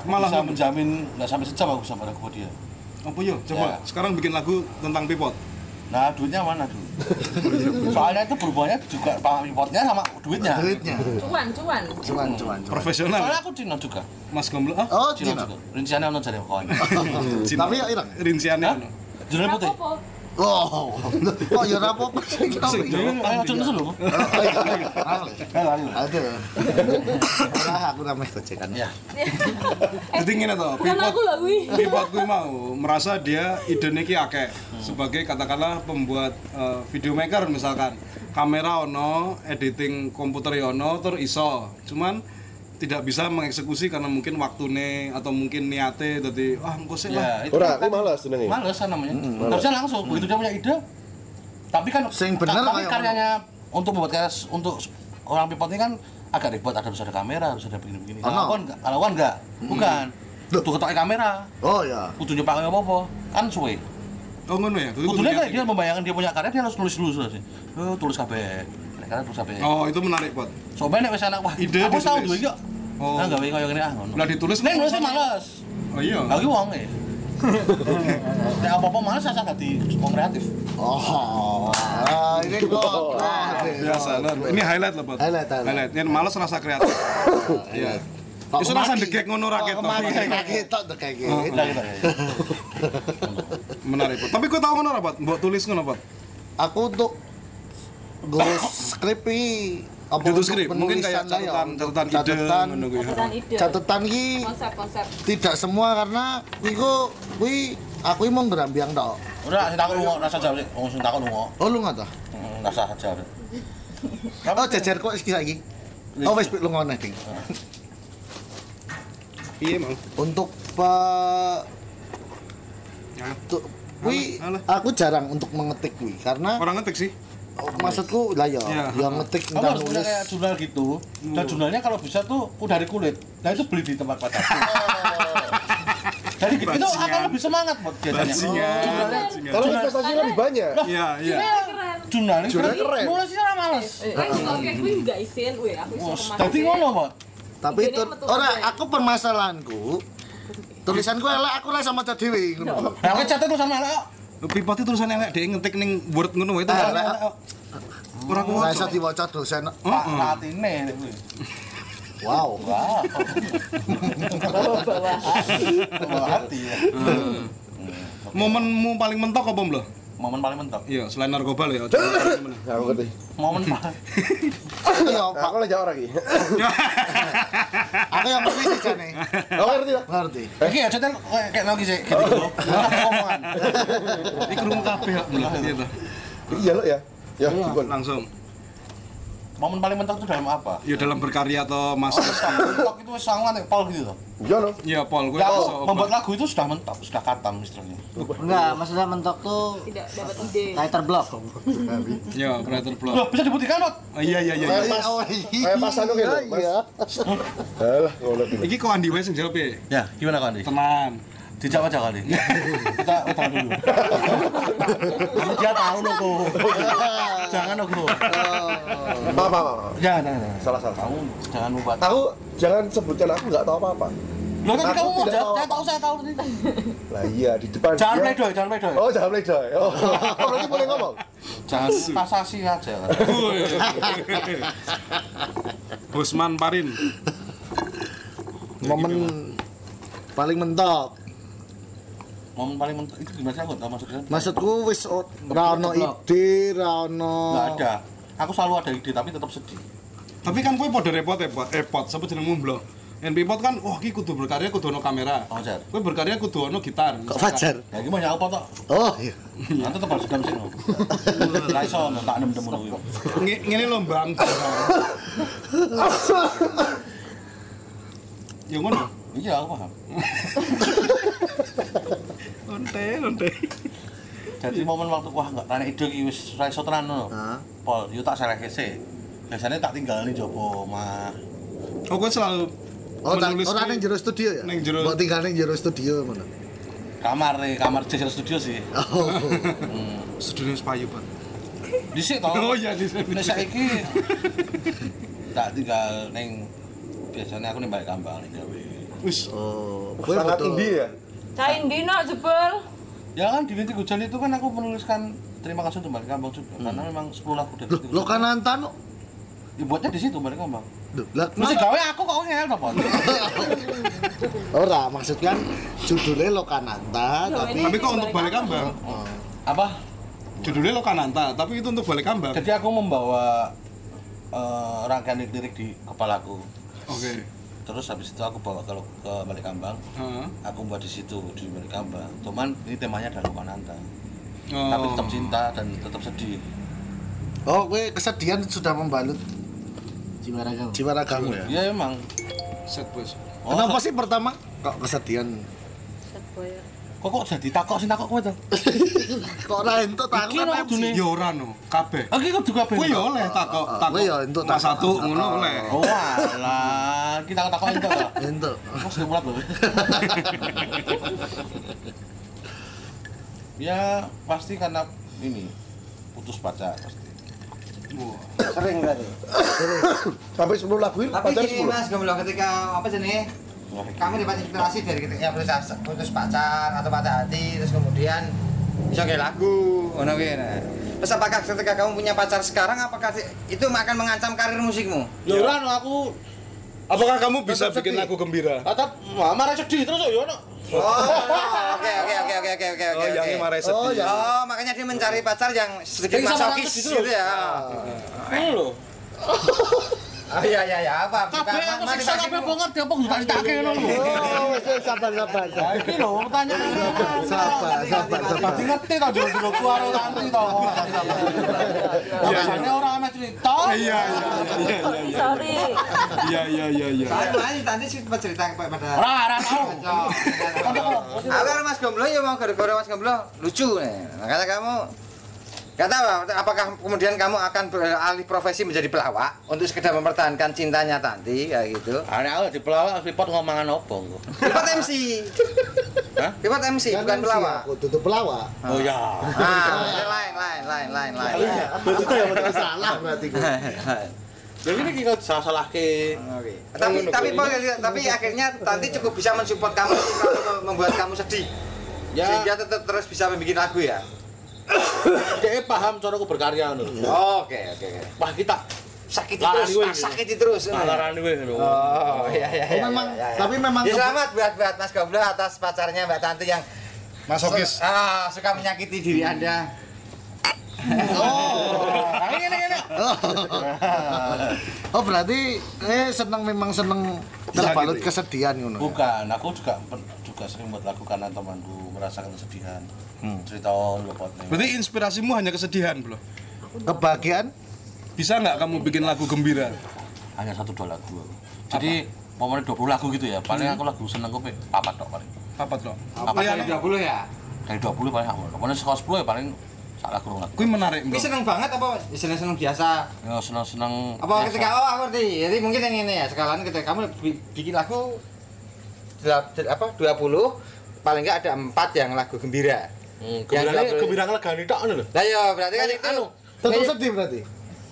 Speaker 14: Aku
Speaker 2: Malah
Speaker 14: bisa
Speaker 2: nganu.
Speaker 14: menjamin nggak sampai sejam aku sama lagu dia.
Speaker 2: Apa yo? Coba
Speaker 14: Ya.
Speaker 2: sekarang bikin lagu tentang pipot.
Speaker 14: Nah, duitnya mana dulu? Soalnya itu berhubungannya juga sama pipotnya sama duitnya. Duitnya.
Speaker 13: cuan cuan
Speaker 14: Cuman, cuman,
Speaker 2: Profesional.
Speaker 14: Soalnya aku Cina juga.
Speaker 2: Mas Gomblo, ah?
Speaker 14: Oh, Cina. juga. Rinciannya ono jare kawan.
Speaker 2: Tapi ya Irak. Rinciannya ono.
Speaker 14: Jenenge putih.
Speaker 5: Wow, kok ya apa apa sih kita
Speaker 14: Sing dulu, ayo jenis dulu.
Speaker 5: Aduh, Alah, aku namanya gojekan.
Speaker 14: Ya.
Speaker 2: Jadi ngene to,
Speaker 5: Eh, Bukan
Speaker 2: pipot.
Speaker 5: aku lah, kuwi.
Speaker 2: Pipot kuwi mau merasa dia idene ki akeh sebagai katakanlah pembuat eh, video maker misalkan. Kamera ono, editing komputer ya ono, terus iso. Cuman tidak bisa mengeksekusi karena mungkin waktune atau mungkin niate dadi ah engko sik
Speaker 5: Iya.
Speaker 2: lah.
Speaker 14: Ya, itu Ora,
Speaker 2: aku malas
Speaker 14: jenenge. Males kan namanya.
Speaker 2: males.
Speaker 14: Harusnya langsung begitu dia punya ide. Tapi kan sing
Speaker 2: bener
Speaker 14: tapi
Speaker 2: kayak
Speaker 14: karyanya untuk membuat karya s- untuk s- orang pipot ini kan agak ribet, ada harus ada kamera, harus ada begini-begini.
Speaker 2: Oh, no.
Speaker 14: Kalau aku enggak, kalau aku enggak.
Speaker 2: Hmm.
Speaker 14: Bukan. Kudu ketoke kamera.
Speaker 5: Oh ya.
Speaker 14: Kudu nyepake apa-apa. Kan suwe.
Speaker 2: Oh ngono ya.
Speaker 14: Kudunya kayak dia membayangkan dia punya karya dia harus nulis dulu sudah sih. Eh, tulis kabeh. Nek karya tulis kabeh.
Speaker 2: Oh, itu menarik, Pot.
Speaker 14: Soalnya nek wis anak wah.
Speaker 2: Ide
Speaker 14: aku tahu
Speaker 2: ditulis.
Speaker 14: dulu yuk.
Speaker 2: Oh.
Speaker 14: Nah, gawe koyo ngene ah ngono.
Speaker 2: Lah ditulis
Speaker 14: Nek nulisnya males.
Speaker 2: Oh iya.
Speaker 14: Lagi wong ya. Nek apa-apa males asal dadi wong kreatif.
Speaker 5: Oh. ini kok.
Speaker 2: biasa lor. Ini highlight lah, Pot.
Speaker 5: Iya. Highlight, highlight.
Speaker 2: Yang males rasa kreatif. Iya. Itu rasa degek ngono rakyat. Pak.
Speaker 5: Kaki tok tuh kayak gitu.
Speaker 2: Oh, udah, udah, Menarik, Pot. Tapi kau tahu ngono apa? Mbok tulis ngono apa?
Speaker 5: Aku untuk gue skrip iki apa
Speaker 2: Judul
Speaker 5: untuk
Speaker 2: skrip, Gitu, mungkin
Speaker 5: penulisan
Speaker 2: kayak gitu
Speaker 5: lah ya,
Speaker 2: catatan-
Speaker 5: untuk
Speaker 2: catatan ide,
Speaker 5: catatan
Speaker 2: ngono kuwi.
Speaker 5: catatan ide catatan iki
Speaker 13: konsep konsep
Speaker 5: tidak semua karena iku kuwi aku iki mau ngrambiang tok
Speaker 14: Ora sing takon lunga rasa jam sih. Wong sing takon lunga.
Speaker 5: oh lu nggak dah
Speaker 14: Rasa aja.
Speaker 5: oh jajar kok iki saiki oh wis lu ngono ding
Speaker 2: iya mau
Speaker 5: untuk pak
Speaker 2: Ya.
Speaker 5: untuk Wih, aku jarang untuk mengetik wih karena
Speaker 2: orang ngetik sih.
Speaker 5: maksudku lah ya,
Speaker 14: Ya.
Speaker 5: ya ngetik
Speaker 14: Kamu
Speaker 5: entah
Speaker 14: harus punya
Speaker 5: nulis.
Speaker 14: kayak jurnal gitu. Dan jurnalnya kalau bisa tuh udah dari kulit. Nah itu beli di tempat pacar. Jadi gitu itu akan
Speaker 2: Bajingan.
Speaker 14: lebih semangat buat biasanya.
Speaker 2: Bajingan.
Speaker 14: Jurnalnya-
Speaker 2: Bajingan.
Speaker 17: Kalau
Speaker 14: jurnal-
Speaker 17: investasinya lebih banyak.
Speaker 2: Iya, iya.
Speaker 14: Jurnalnya
Speaker 17: Jurnalnya
Speaker 14: keren.
Speaker 17: keren.
Speaker 14: Nulisnya lah males.
Speaker 17: Eh,
Speaker 14: oke,
Speaker 17: gue
Speaker 13: nggak isin weh aku
Speaker 14: Wos, Dadi ngono, Pak.
Speaker 5: Tapi
Speaker 13: Jadi
Speaker 5: itu
Speaker 13: metu
Speaker 5: ora aku permasalahanku tulisanku elek aku ora sama maca dhewe ngono.
Speaker 14: Nah, aku catet tulisan elek.
Speaker 2: Pipot itu tulisan elek, dia ngetik ning Word ngono itu elek.
Speaker 5: Ah, elek.
Speaker 2: Ora
Speaker 5: Ora
Speaker 2: kuwaca.
Speaker 5: iso diwaca dosen.
Speaker 14: Latine.
Speaker 5: Wow.
Speaker 14: Wow.
Speaker 5: Bawa-bawa.
Speaker 14: Bawa hati ya. Mm.
Speaker 2: Hmm. Momenmu paling mentok apa belum?
Speaker 14: Momen paling mentok.
Speaker 2: Iya, selain narkoba lah ya.
Speaker 17: Aku ngerti.
Speaker 14: Momen paling.
Speaker 5: Iya, Pak.
Speaker 17: Aku lagi orang iki.
Speaker 5: Aku yang ngerti sih jane.
Speaker 17: Aku ngerti tak?
Speaker 5: Ngerti.
Speaker 14: Iki ya cetel kayak kayak nang iki sik. Gitu. Omongan.
Speaker 2: Iki krungu kabeh kok Mbah. Iya toh.
Speaker 17: Iya lo ya. Ya, dikon.
Speaker 2: Langsung.
Speaker 14: Momen paling mentok itu dalam apa?
Speaker 2: Ya dalam berkarya atau mas.
Speaker 14: Mentok itu wis sangat nek pol gitu.
Speaker 17: Iya lo.
Speaker 2: Iya, Paul, gue
Speaker 14: Ya,
Speaker 2: iso
Speaker 14: membuat lagu itu sudah mentok, sudah katam istilahnya.
Speaker 3: Enggak, maksudnya mentok tuh tidak dapat ide. Writer block.
Speaker 2: Ya, writer block.
Speaker 14: Loh, bisa dibuktikan, Pak.
Speaker 2: Oh, iya iya iya.
Speaker 17: Kayak
Speaker 2: iya.
Speaker 17: pas, kayak pas anu gitu. Iya. Alah, ngono iki.
Speaker 2: Iki kok Andi wae sing jawab ya?
Speaker 14: Ya, gimana kok Andi?
Speaker 2: Tenan.
Speaker 14: Dijawab aja kali. Iya. Kita kita dulu. Dia tahu loh kok. Jangan loh kok.
Speaker 17: Pak, pak, pak.
Speaker 14: Jangan, jangan. jangan.
Speaker 17: Salah, salah.
Speaker 14: Ya, Kamu jangan membuat.
Speaker 17: Aku jangan sebutkan aku nggak tahu apa-apa.
Speaker 14: Loh, tapi
Speaker 17: Aku
Speaker 14: kamu mau
Speaker 17: tidak
Speaker 14: jawab,
Speaker 17: tahu.
Speaker 14: saya tahu, saya tahu.
Speaker 17: Lah iya di depan.
Speaker 14: Jangan
Speaker 17: dia-
Speaker 14: playdoy, jangan playdoy.
Speaker 17: Oh, jangan playdoy. Oh, oh berarti boleh ngomong.
Speaker 14: Jangan kasasi aja. kan.
Speaker 2: Bosman Parin. gitu.
Speaker 5: Momen paling mentok.
Speaker 14: Momen paling mentok itu gimana sih aku tahu maksudnya?
Speaker 5: Maksudku wis o- ra ono ide, ra ono
Speaker 14: Enggak ada. Aku selalu ada ide tapi tetap sedih.
Speaker 2: Tapi kan kowe padha repot ya, Pak. Repot, sapa jenengmu mblo? NP Pot kan, wah ki kudu berkarya kudu ono kamera.
Speaker 14: Oh, Jar.
Speaker 2: Kowe berkarya kudu ono gitar.
Speaker 5: Kok
Speaker 2: misalkan.
Speaker 5: Fajar?
Speaker 14: Ya gimana aku foto?
Speaker 5: Oh iya.
Speaker 14: Nanti tetap harus dendam sih. no. Lah iso no, tak nem demen aku.
Speaker 2: Nge- Ngene lho, Bang. Ya ngono.
Speaker 14: Iya, aku paham.
Speaker 2: Lonte, lonte.
Speaker 14: Jadi momen waktu wah enggak tanya ide iki wis ra iso tenan no. Pol, yo tak selehke sik. Biasanya tak tinggal nih jopo mah.
Speaker 2: Oh, kowe selalu
Speaker 5: Oh, tak
Speaker 2: menulis
Speaker 5: ora
Speaker 2: kuwi
Speaker 5: ning jero studio ya?
Speaker 2: Ning jero.
Speaker 5: Mbok tinggal ning jero studio ngono.
Speaker 14: Kamar nih, kamar Jason Studio sih. Oh. Studio Spayu, Pak. Dhisik to.
Speaker 2: Oh, iya, dhisik.
Speaker 14: Nek saiki tak tinggal ning biasanya aku ning balik kambang ning gawe.
Speaker 2: Wis.
Speaker 14: Oh,
Speaker 17: Sangat indie ya?
Speaker 13: Cain dino jebol.
Speaker 14: Ya kan di Bintik Hujan itu kan aku menuliskan terima kasih untuk Balik Kambang juga karena memang 10 lagu dari Bintik Hujan.
Speaker 5: Lo kan Antan
Speaker 14: Ya, buatnya di situ Balik Kambang.
Speaker 5: lah,
Speaker 14: Mesti gawe aku kok ngel apa?
Speaker 5: Ora, maksud kan judulnya Lokananta
Speaker 14: Loh,
Speaker 5: tapi
Speaker 14: ini- Tapi kok untuk balik kambang? Apa?
Speaker 2: Judulnya Lokananta, tapi itu untuk Balik Kambang.
Speaker 14: Jadi aku membawa eh, rangkaian lirik di kepalaku.
Speaker 2: Oke.
Speaker 14: Terus habis itu aku bawa ke, ke Balik Kambang.
Speaker 2: Heeh.
Speaker 14: Aku buat di situ di Balik Kambang. Cuman ini temanya adalah Lokananta.
Speaker 2: Oh.
Speaker 14: Tapi tetap cinta dan tetap sedih.
Speaker 5: Oh, gue kesedihan sudah membalut jiwa ragamu. Jiwa ragamu ya.
Speaker 14: Iya emang. Oh, Set bos.
Speaker 5: Kenapa sih pertama kok kesedihan?
Speaker 14: Kok kok jadi takok sih takok kowe to?
Speaker 5: Kok ora entuk takok
Speaker 2: Iki
Speaker 5: kan
Speaker 2: kudune
Speaker 5: MC.
Speaker 2: ya ora no, kabeh.
Speaker 14: Iki kudu kabeh.
Speaker 2: Kuwi ya oleh takok,
Speaker 5: Oh, oh,
Speaker 2: takok.
Speaker 5: kuwi ya entuk
Speaker 2: Mas
Speaker 5: takok.
Speaker 2: satu ngono
Speaker 5: Oh.
Speaker 2: oleh.
Speaker 14: Oh alah, kita takok entuk to.
Speaker 5: Entuk.
Speaker 14: Kok sing mulat lho. Ya pasti karena ini putus pacar pasti.
Speaker 1: Sering berarti.
Speaker 17: Sampai 10 lagu ini
Speaker 1: Tapi
Speaker 17: pacar
Speaker 1: gini
Speaker 17: 10.
Speaker 1: Mas Gemblo ketika apa jenis
Speaker 14: iya.
Speaker 1: kamu dapat inspirasi dari ketika putus, putus pacar atau patah hati terus kemudian bisa kayak lagu ngono kuwi, nah. Terus apakah ketika kamu punya pacar sekarang apakah itu akan mengancam karir musikmu?
Speaker 14: Ya ora no aku
Speaker 2: Apakah kamu bisa
Speaker 1: Tetap
Speaker 2: bikin
Speaker 1: sedih.
Speaker 2: lagu gembira?
Speaker 14: Tetap marah sedih terus yo ono.
Speaker 1: Oh, oke oke oke oke oke oke.
Speaker 2: Oh, yang
Speaker 1: oke.
Speaker 2: marah sedih.
Speaker 1: Oh, yang- oh, makanya dia mencari pacar yang sedikit
Speaker 14: Yang sama
Speaker 1: masokis
Speaker 14: rakus gitu
Speaker 1: gitu, ya.
Speaker 14: Ngono lho.
Speaker 1: Oh iya iya iya apa?
Speaker 14: Kabeh aku siksa kabeh bongot dia apa tak ngono lho.
Speaker 5: Oh, wis wis, sabar sabar. sabar.
Speaker 14: Ya, Iki lho pertanyaan.
Speaker 5: Sabar sabar sabar.
Speaker 14: Dadi ngerti to jodoh gua ora ngerti to. Biasanya orang ana cerita.
Speaker 2: Iya iya iya Eh, iya, iya.
Speaker 13: Sorry.
Speaker 2: Iya iya iya iya.
Speaker 1: Soalnya tadi sih cerita kepada
Speaker 14: Ora ora tau.
Speaker 1: Aku kan Mas Gomblo ya mau gara-gara Mas Gomblo lucu nih. Nah, Kata kamu Gak tahu apakah kemudian kamu akan beralih profesi menjadi pelawak untuk sekedar mempertahankan cintanya Tanti kayak gitu.
Speaker 14: Ana aku di pelawak Flipot ngomongan opo engko.
Speaker 1: Lipat MC. Hah? Lipat MC bukan pelawak.
Speaker 5: Iya, Aku tutup pelawak.
Speaker 14: Oh ya.
Speaker 1: Ah, lain lain lain lain lain.
Speaker 5: Berarti Iya. itu yang benar salah berarti gue.
Speaker 14: Jadi ini kita salah-salah ke.
Speaker 1: Tapi tapi tapi- tapi akhirnya Tanti cukup bisa mensupport kamu sih kalau membuat kamu sedih.
Speaker 14: Ya.
Speaker 1: Sehingga tetap terus bisa membuat lagu ya.
Speaker 14: Ya, dia paham cara aku berkarya lho.
Speaker 1: Oke oke oke.
Speaker 14: Wah kita
Speaker 1: sakit
Speaker 14: Larang
Speaker 1: terus,
Speaker 14: gue.
Speaker 1: tak sakiti terus.
Speaker 14: Tak larang gue, lho.
Speaker 1: Oh, iya iya.
Speaker 14: Oh,
Speaker 1: iya,
Speaker 14: memang-
Speaker 1: iya, iya.
Speaker 14: tapi memang-
Speaker 1: Ya, selamat buat buat Mas Goblo atas pacarnya Mbak Tanti yang
Speaker 14: Masokis.
Speaker 1: Su- ah, suka menyakiti diri Anda.
Speaker 14: Hmm. Oh, ini ini.
Speaker 5: Oh, berarti eh seneng memang seneng terbalut kesedihan ngono.
Speaker 14: Bukan, aku juga juga sering buat lagu karena temanku merasakan kesedihan. Cerita lho potnya.
Speaker 2: Berarti inspirasimu hanya kesedihan, Bro.
Speaker 5: Kebahagiaan?
Speaker 2: Bisa nggak kamu bikin lagu gembira?
Speaker 14: hanya satu dua lagu aku. Jadi pokoknya 20 lagu gitu ya. Paling aku lagu seneng aku apa tok paling.
Speaker 2: Apa toh?
Speaker 14: Apa
Speaker 2: Iya,
Speaker 14: dari
Speaker 2: no?
Speaker 1: 20 ya?
Speaker 14: Dari 20 paling aku. Pokoknya sekolah 10 ya paling salah kurung lagu.
Speaker 2: Kuwi menarik,
Speaker 1: Ini
Speaker 2: Bro.
Speaker 1: seneng banget apa seneng-seneng biasa?
Speaker 14: Ya seneng-seneng.
Speaker 1: Apa ketika oh aku ngerti. Jadi mungkin yang ini ya sekalian ketika kamu bi- bikin lagu dela- del- apa 20 paling enggak ada 4 yang lagu gembira.
Speaker 14: Hmm.
Speaker 16: Gembirane gembira legani tok ngono lho.
Speaker 1: Lah ya berarti kan itu
Speaker 14: anu.
Speaker 5: Tetep sedih berarti.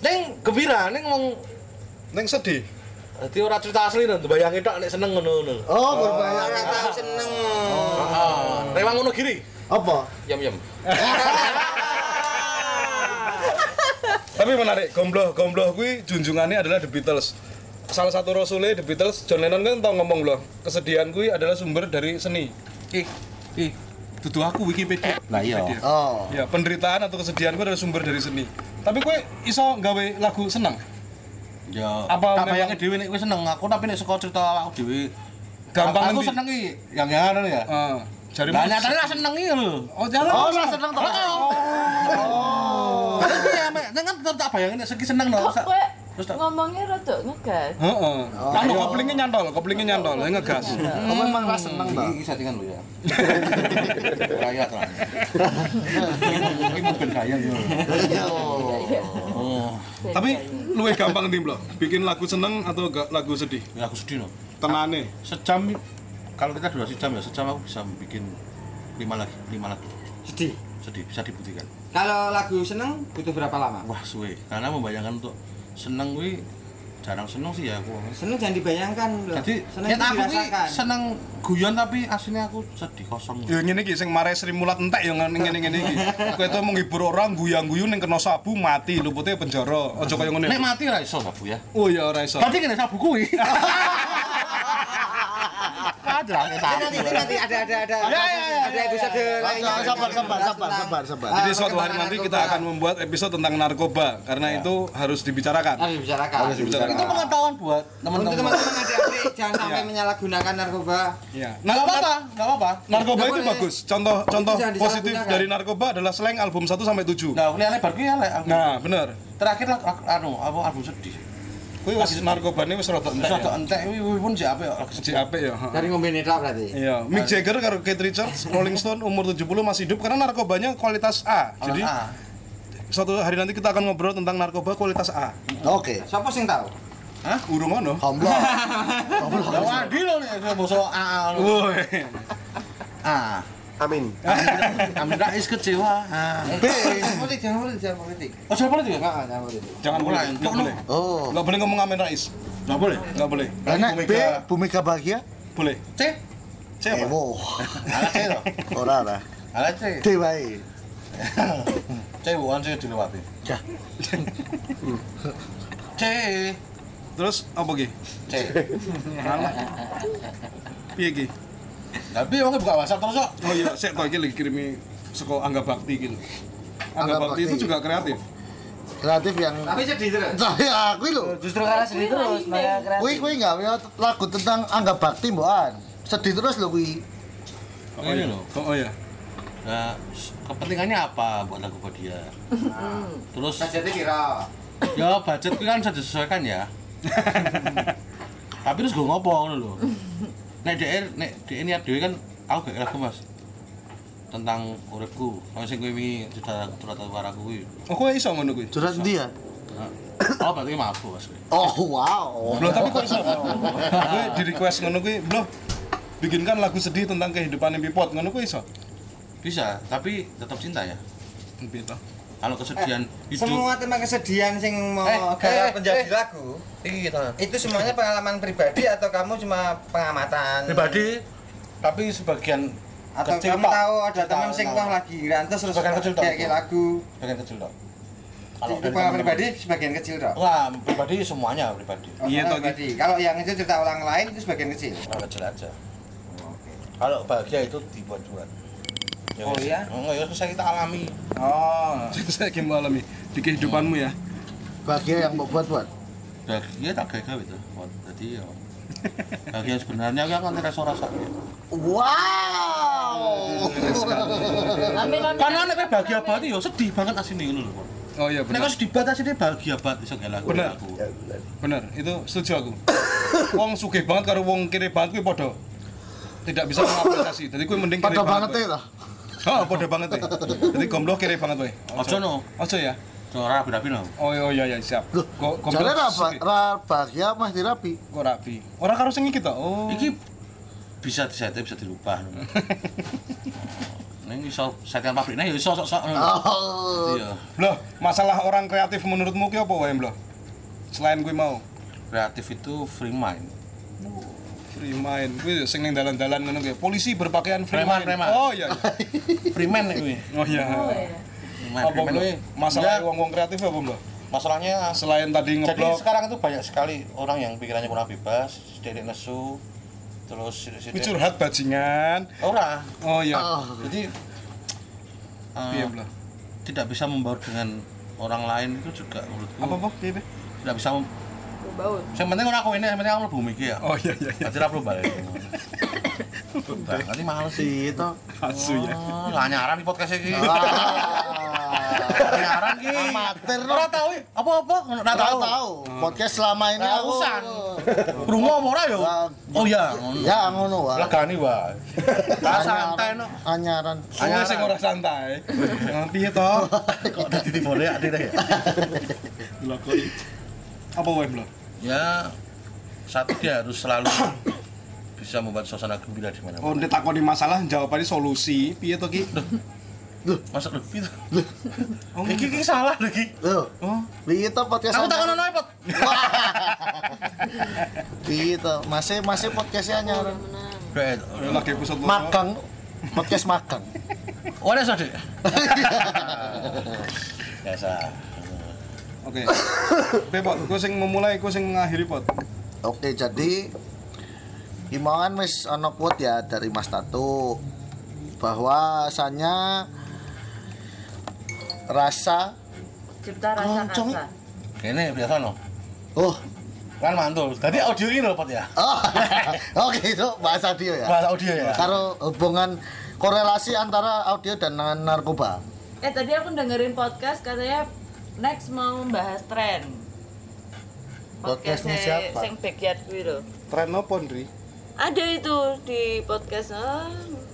Speaker 16: Ning gembira ning ngomong
Speaker 2: ning sedih.
Speaker 16: Dadi ora cerita asli lho, bayangin tok nek seneng ngono ngono.
Speaker 5: Oh,
Speaker 1: berbayang. Ora tau seneng.
Speaker 14: Ah,
Speaker 16: Heeh. Rewang ngono giri.
Speaker 5: Apa?
Speaker 14: Yum yum.
Speaker 2: Tapi menarik, gombloh gombloh kuwi junjungannya adalah The Beatles. Salah satu rasulnya The Beatles, John Lennon kan tau ngomong loh, kesedihan kuwi adalah sumber dari seni. Ih, ih, dudu aku Wikipedia.
Speaker 14: Lah iya.
Speaker 2: Wikipedia.
Speaker 5: Oh.
Speaker 2: Ya, penderitaan atau kesedihan kuwi adalah sumber dari seni. Tapi kue iso nggawe lagu seneng.
Speaker 14: Ya.
Speaker 2: Apa
Speaker 14: Apa tak
Speaker 2: memang-
Speaker 14: bayangin dhewe nek kowe seneng aku tapi nek saka cerita aku dhewe
Speaker 2: Gampang
Speaker 14: aku
Speaker 2: ngendi?
Speaker 14: seneng iki yang yang ngono ya.
Speaker 2: Heeh. Jari
Speaker 14: Lah nyatane ra seneng iki lho.
Speaker 2: Oh, jangan.
Speaker 14: Oh,
Speaker 2: ra
Speaker 14: seneng to. Oh. Tapi ya, Mek, nek kan tetep tak bayangin nek segi seneng lho.
Speaker 13: Kok kowe ngomongnya rodok ngegas.
Speaker 2: Heeh. Anu koplingnya nyantol, koplingnya nyantol, ya ngegas.
Speaker 1: Iya.
Speaker 14: Oh,
Speaker 5: Kamu memang ra seneng ta?
Speaker 14: Iki settingan lho ya. Ora ya to. Iki mungkin gayeng lho. Oh.
Speaker 2: Tapi luwih gampang nih Bro, bikin lagu seneng atau ga- lagu sedih?
Speaker 14: Ya aku sedih no.
Speaker 2: Tenane.
Speaker 14: Sejam kalau kita durasi jam ya, sejam aku bisa bikin lima lagi lima lagi sedih sedih bisa dibuktikan
Speaker 1: Kalau lagu seneng butuh berapa lama?
Speaker 14: wah suwe karena membayangkan untuk seneng gue jarang seneng sih ya aku
Speaker 3: Seneng jangan dibayangkan loh.
Speaker 14: jadi ya
Speaker 3: seneng
Speaker 14: niat
Speaker 3: itu
Speaker 14: aku gue
Speaker 3: dirasakan.
Speaker 14: seneng guyon tapi aslinya aku sedih kosong
Speaker 2: Ya ngene iki sing mare Sri Mulat entek ya ngene ngene ngene iki. Kowe itu menghibur orang guyang-guyu ning kena sabu mati lupute penjara. Aja kaya ngene.
Speaker 14: Nek mati ora iso, Pak ya.
Speaker 2: Oh ya ora iso.
Speaker 14: Berarti kena sabu kuwi.
Speaker 1: Ada nanti nanti, nanti ada ada ada.
Speaker 14: Ya, ya, ya,
Speaker 1: Ada episode lainnya.
Speaker 5: Sabar, sabar, sabar, sabar, sabar.
Speaker 1: Ah,
Speaker 2: Jadi suatu hari nanti kita akan membuat episode tentang narkoba karena itu harus dibicarakan.
Speaker 1: Harus dibicarakan.
Speaker 2: Harus dibicarakan.
Speaker 14: Itu pengetahuan buat
Speaker 2: teman-teman.
Speaker 14: teman-teman.
Speaker 1: teman-teman adik-adik jangan sampai menyalahgunakan narkoba.
Speaker 2: Iya.
Speaker 14: Nah, apa apa? Enggak apa-apa.
Speaker 2: Narkoba itu
Speaker 14: Nggak boleh.
Speaker 2: bagus. Contoh contoh
Speaker 14: jangan
Speaker 2: positif
Speaker 14: disalahgunakan.
Speaker 2: dari narkoba adalah slang album 1 sampai 7.
Speaker 14: Nah, ini lebar kuwi elek. album.
Speaker 2: Nah, bener.
Speaker 14: Terakhir lah aku- anu, aku album sedih.
Speaker 2: Kuwi wis narkobane wis rada entek. ya?
Speaker 14: Wis rada entek kuwi kuwi pun jek apik kok.
Speaker 2: Jek apik ya. ha.
Speaker 1: Dari ngombe nitrat berarti.
Speaker 2: Iya, Mick Jagger karo Keith Richards, Rolling Stone umur 70 masih hidup karena narkobanya kualitas A.
Speaker 14: Ah.
Speaker 2: Jadi suatu hari nanti kita akan ngobrol tentang narkoba kualitas A.
Speaker 5: Oke.
Speaker 1: Siapa sing tahu?
Speaker 2: Hah? Urung ono.
Speaker 5: Goblok.
Speaker 14: Ya wadi lho nek basa AA. lho. Ah.
Speaker 17: Amin.
Speaker 14: Amin rais kecewa. Ah.
Speaker 1: B. Jangan politik, jangan politik, jangan politik.
Speaker 14: Oh, jangan politik ya?
Speaker 1: Nggak, jangan politik.
Speaker 2: Jangan boleh, nggak boleh.
Speaker 5: Oh.
Speaker 2: Nggak boleh ngomong Amin Rais. Nggak boleh, nggak boleh.
Speaker 14: Nah,
Speaker 5: Enak B, Bumika Bahagia. Eh,
Speaker 2: Boleh.
Speaker 14: C. Iya,
Speaker 2: C Eh. apa?
Speaker 5: Ewo.
Speaker 14: Ala C lho.
Speaker 5: Ora ora.
Speaker 14: Ala C.
Speaker 5: D wae.
Speaker 14: C bukan C kan dilewati.
Speaker 2: Ya.
Speaker 5: Dah.
Speaker 14: C.
Speaker 2: Terus apa ki?
Speaker 14: C.
Speaker 2: Alah. Piye ki?
Speaker 14: Tapi wong e buka WhatsApp terus kok.
Speaker 2: Oh iya, saya kok iki lagi kirimi saka Angga Bakti iki lho. Angga
Speaker 5: Angga
Speaker 2: Bakti
Speaker 5: Bakti.
Speaker 2: itu juga kreatif.
Speaker 5: Kreatif yang
Speaker 1: sedih terus.
Speaker 5: Tapi aku lho.
Speaker 3: Justru karena sedih terus, makanya kreatif.
Speaker 5: Kuwi kuwi enggak lagu tentang Angga Bakti mbokan. Sedih terus lho kuwi.
Speaker 2: Oh iya. Oh iya.
Speaker 14: Nah, s- kepentingannya apa buat lagu buat dia? Terus
Speaker 1: Jadi kira.
Speaker 14: ya budget itu kan bisa disesuaikan ya tapi terus gue ngopong dulu nek DR nek DR niat dhewe kan aku gak lagu mas tentang uripku kalau sing gue wingi sudah surat suara aku kuwi.
Speaker 2: Oh, kowe iso ngono kuwi.
Speaker 5: Curhat dia.
Speaker 14: oh berarti mabuk mas gue
Speaker 5: Oh wow.
Speaker 2: Loh, tapi kok iso? Gue di request ngono kuwi, "Bro, bikinkan lagu sedih tentang kehidupan pipot." Ngono kuwi iso?
Speaker 14: bisa tapi tetap cinta ya
Speaker 2: Gitu.
Speaker 14: kalau kesedihan hidup
Speaker 1: Semua tema kesedihan sing mau
Speaker 14: Eh, eh,
Speaker 1: garap menjadi
Speaker 14: eh.
Speaker 1: lagu
Speaker 14: Iki kita.
Speaker 1: itu semuanya pengalaman pribadi atau kamu cuma pengamatan?
Speaker 14: pribadi tapi sebagian
Speaker 1: Atau
Speaker 14: kecil
Speaker 1: kamu
Speaker 14: tok.
Speaker 1: tahu ada teman sing
Speaker 14: tahu.
Speaker 1: wah lagi rantes terus
Speaker 14: Sebagian kecil tok.
Speaker 1: kayak kayak lagu.
Speaker 14: sebagian kecil tok
Speaker 1: Kalau
Speaker 14: kalau dari teman-teman.
Speaker 1: pribadi sebagian kecil dong.
Speaker 14: Wah, pribadi semuanya pribadi.
Speaker 1: Iya toh tadi. Kalau yang itu cerita orang lain itu sebagian kecil.
Speaker 14: Oh, kecil aja. Kalau bahagia itu dibuat-buat.
Speaker 1: Oh, iya?
Speaker 14: Oh ya susah kita alami.
Speaker 1: Oh.
Speaker 2: Saya ingin mengalami di kehidupanmu ya.
Speaker 5: Bahagia yang buat buat.
Speaker 14: Bahagia tak gagal
Speaker 5: gitu.
Speaker 14: itu. Oh, Jadi ya. Bahagia sebenarnya
Speaker 5: ya,
Speaker 14: kan kan rasa rasa.
Speaker 5: Wow.
Speaker 14: Karena nek kowe bahagia banget ya sedih banget asine ngono lho.
Speaker 2: Oh iya
Speaker 14: Nek
Speaker 2: benar.
Speaker 14: kowe sedih banget asine bahagia banget iso gak laku.
Speaker 2: Bener. Bener, itu setuju aku. wong sugih banget karo wong kiri banget kuwi padha. Tidak bisa mengaplikasi. Jadi kuwi mending kiri
Speaker 5: Padha banget
Speaker 2: wae.
Speaker 5: ya lah.
Speaker 2: Oh, padha banget ya. Jadi gombloh kiri banget wae.
Speaker 14: Ojo no.
Speaker 2: Ojo ya.
Speaker 14: Ora rapi-rapi no.
Speaker 2: Oh iya iya iya, siap. Kok
Speaker 5: Jare ra ra bahagia Mas dirapi.
Speaker 2: Kok rapi. Ora karo sing iki to. Oh.
Speaker 14: Iki bisa disetnya bisa dirubah. Neng iso setan pabriknya ya iso sok-sok. ngono.
Speaker 5: Oh.
Speaker 14: Iya.
Speaker 2: Loh, masalah orang kreatif menurutmu ki apa wae, Blo? Selain kuwi mau
Speaker 14: Kreatif itu free mind.
Speaker 2: free mind. Kuwi sing ning dalan-dalan ngono kuwi. Polisi berpakaian free
Speaker 14: Preman,
Speaker 2: mind.
Speaker 14: preman.
Speaker 2: Oh iya iya.
Speaker 14: Free mind nek kuwi.
Speaker 2: Oh iya. Apa
Speaker 14: Free mind. Ya,
Speaker 2: Blo? Masalah
Speaker 14: Iya.
Speaker 2: wong-wong kreatif apa, Blo?
Speaker 14: Masalahnya
Speaker 2: Selain tadi
Speaker 14: Jadi
Speaker 2: ngeblok
Speaker 14: sekarang itu banyak sekali orang yang pikirannya kurang bebas, sedikit nesu, terus
Speaker 2: Kuwi
Speaker 14: sedikit
Speaker 2: curhat bajingan.
Speaker 14: Ora.
Speaker 2: Oh iya.
Speaker 14: Jadi eh,
Speaker 2: Piye, Bro?
Speaker 14: tidak bisa membaur dengan orang lain itu juga menurutku.
Speaker 2: Apa apa? Piye? Piye?
Speaker 14: Tidak bisa mem-
Speaker 13: Bau.
Speaker 14: Yang penting ora aku ini, yang penting aku mlebu iki ya.
Speaker 2: Oh iya iya. iya.
Speaker 14: Jadi ra perlu balik. Nanti males sih itu.
Speaker 2: Asu
Speaker 5: Iya.
Speaker 2: ya.
Speaker 14: Oh, lanyaran di podcast iki.
Speaker 5: Ah. Nyaran ki. Amatir. Ora
Speaker 14: tahu apa-apa, ora tahu.
Speaker 5: tahu. Podcast selama ini
Speaker 14: Ora
Speaker 5: aku
Speaker 14: urusan. Rungu apa ora yo? Oh iya, ngono.
Speaker 5: Ya ngono wae.
Speaker 14: Legani wae. Tak santai no.
Speaker 5: Anyaran.
Speaker 2: Aku sing ora santai. Nah, Piye to?
Speaker 14: Kok dadi dibore ya dene ya?
Speaker 2: Dilakoni. Apa wae, Blo?
Speaker 14: ya satu dia harus selalu bisa membuat suasana gembira di mana.
Speaker 2: Oh, ndek takoni masalah jawabannya solusi. Piye to ki?
Speaker 14: Loh, masuk loh. Piye to?
Speaker 2: Oh, iki ki salah lho ki.
Speaker 5: Loh.
Speaker 2: Oh.
Speaker 5: Piye to iya podcast?
Speaker 14: Aku takon ono pot.
Speaker 5: Piye to? Gitu. Masih masih podcastnya anyar.
Speaker 14: Bet.
Speaker 2: Lagi episode loro.
Speaker 5: Magang. Podcast magang.
Speaker 14: Ora iso, Dik. Biasa.
Speaker 2: Oke. Oke, Pot. Ku sing memulai, ku sing mengakhiri, Pot.
Speaker 5: Oke, jadi himbauan wis ana quote ya dari Mas Tato bahwasanya rasa
Speaker 4: Cipta rasa kasa.
Speaker 14: Kene biasa no.
Speaker 5: Oh,
Speaker 14: kan mantul. Tadi audio ini lho, Pot ya.
Speaker 5: Oh, oke itu bahasa audio ya.
Speaker 14: Bahasa audio ya.
Speaker 5: Karo hubungan korelasi antara audio dan narkoba.
Speaker 4: Eh tadi aku dengerin podcast katanya next mau membahas tren.
Speaker 5: Podcastnya
Speaker 4: Podcast
Speaker 5: siapa?
Speaker 4: Sing backyard kuwi lho.
Speaker 2: Tren opo, Ndri?
Speaker 4: Ada itu di podcast ah,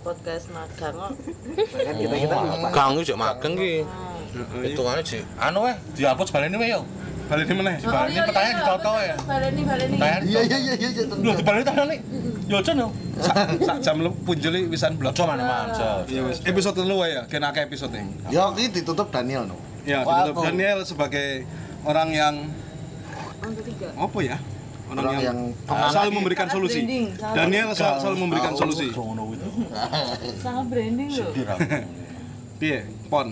Speaker 4: podcast magang.
Speaker 14: Kan kita-kita magang iki jek magang ki. Hitungane jek anu weh, dihapus baleni weh yo.
Speaker 2: Baleni meneh,
Speaker 4: Oh,
Speaker 14: baleni
Speaker 4: iya,
Speaker 14: petanya ditoto ya.
Speaker 4: Baleni baleni.
Speaker 14: Pertanyaan Iya, iya,
Speaker 5: iya iya.
Speaker 14: Lho, dibaleni tenan iki. Yo jan yo.
Speaker 2: Sak sak jam lu punjuli wisan blok.
Speaker 14: Aja mana aja.
Speaker 2: Iya wis. Episode telu wae ya, kene akeh episode.
Speaker 5: Ya iki ditutup Daniel no.
Speaker 2: Ya,
Speaker 5: Wah,
Speaker 2: ditutup
Speaker 5: aku.
Speaker 2: Daniel sebagai orang yang apa ya? Orang,
Speaker 5: Orang
Speaker 2: yang, eh,
Speaker 5: yang pengamat.
Speaker 2: selalu memberikan solusi.
Speaker 4: Branding, sangat
Speaker 2: Daniel
Speaker 4: branding.
Speaker 2: sel- selalu memberikan
Speaker 4: Gaul,
Speaker 2: solusi.
Speaker 4: Sangat branding lho.
Speaker 2: Piye? Pon.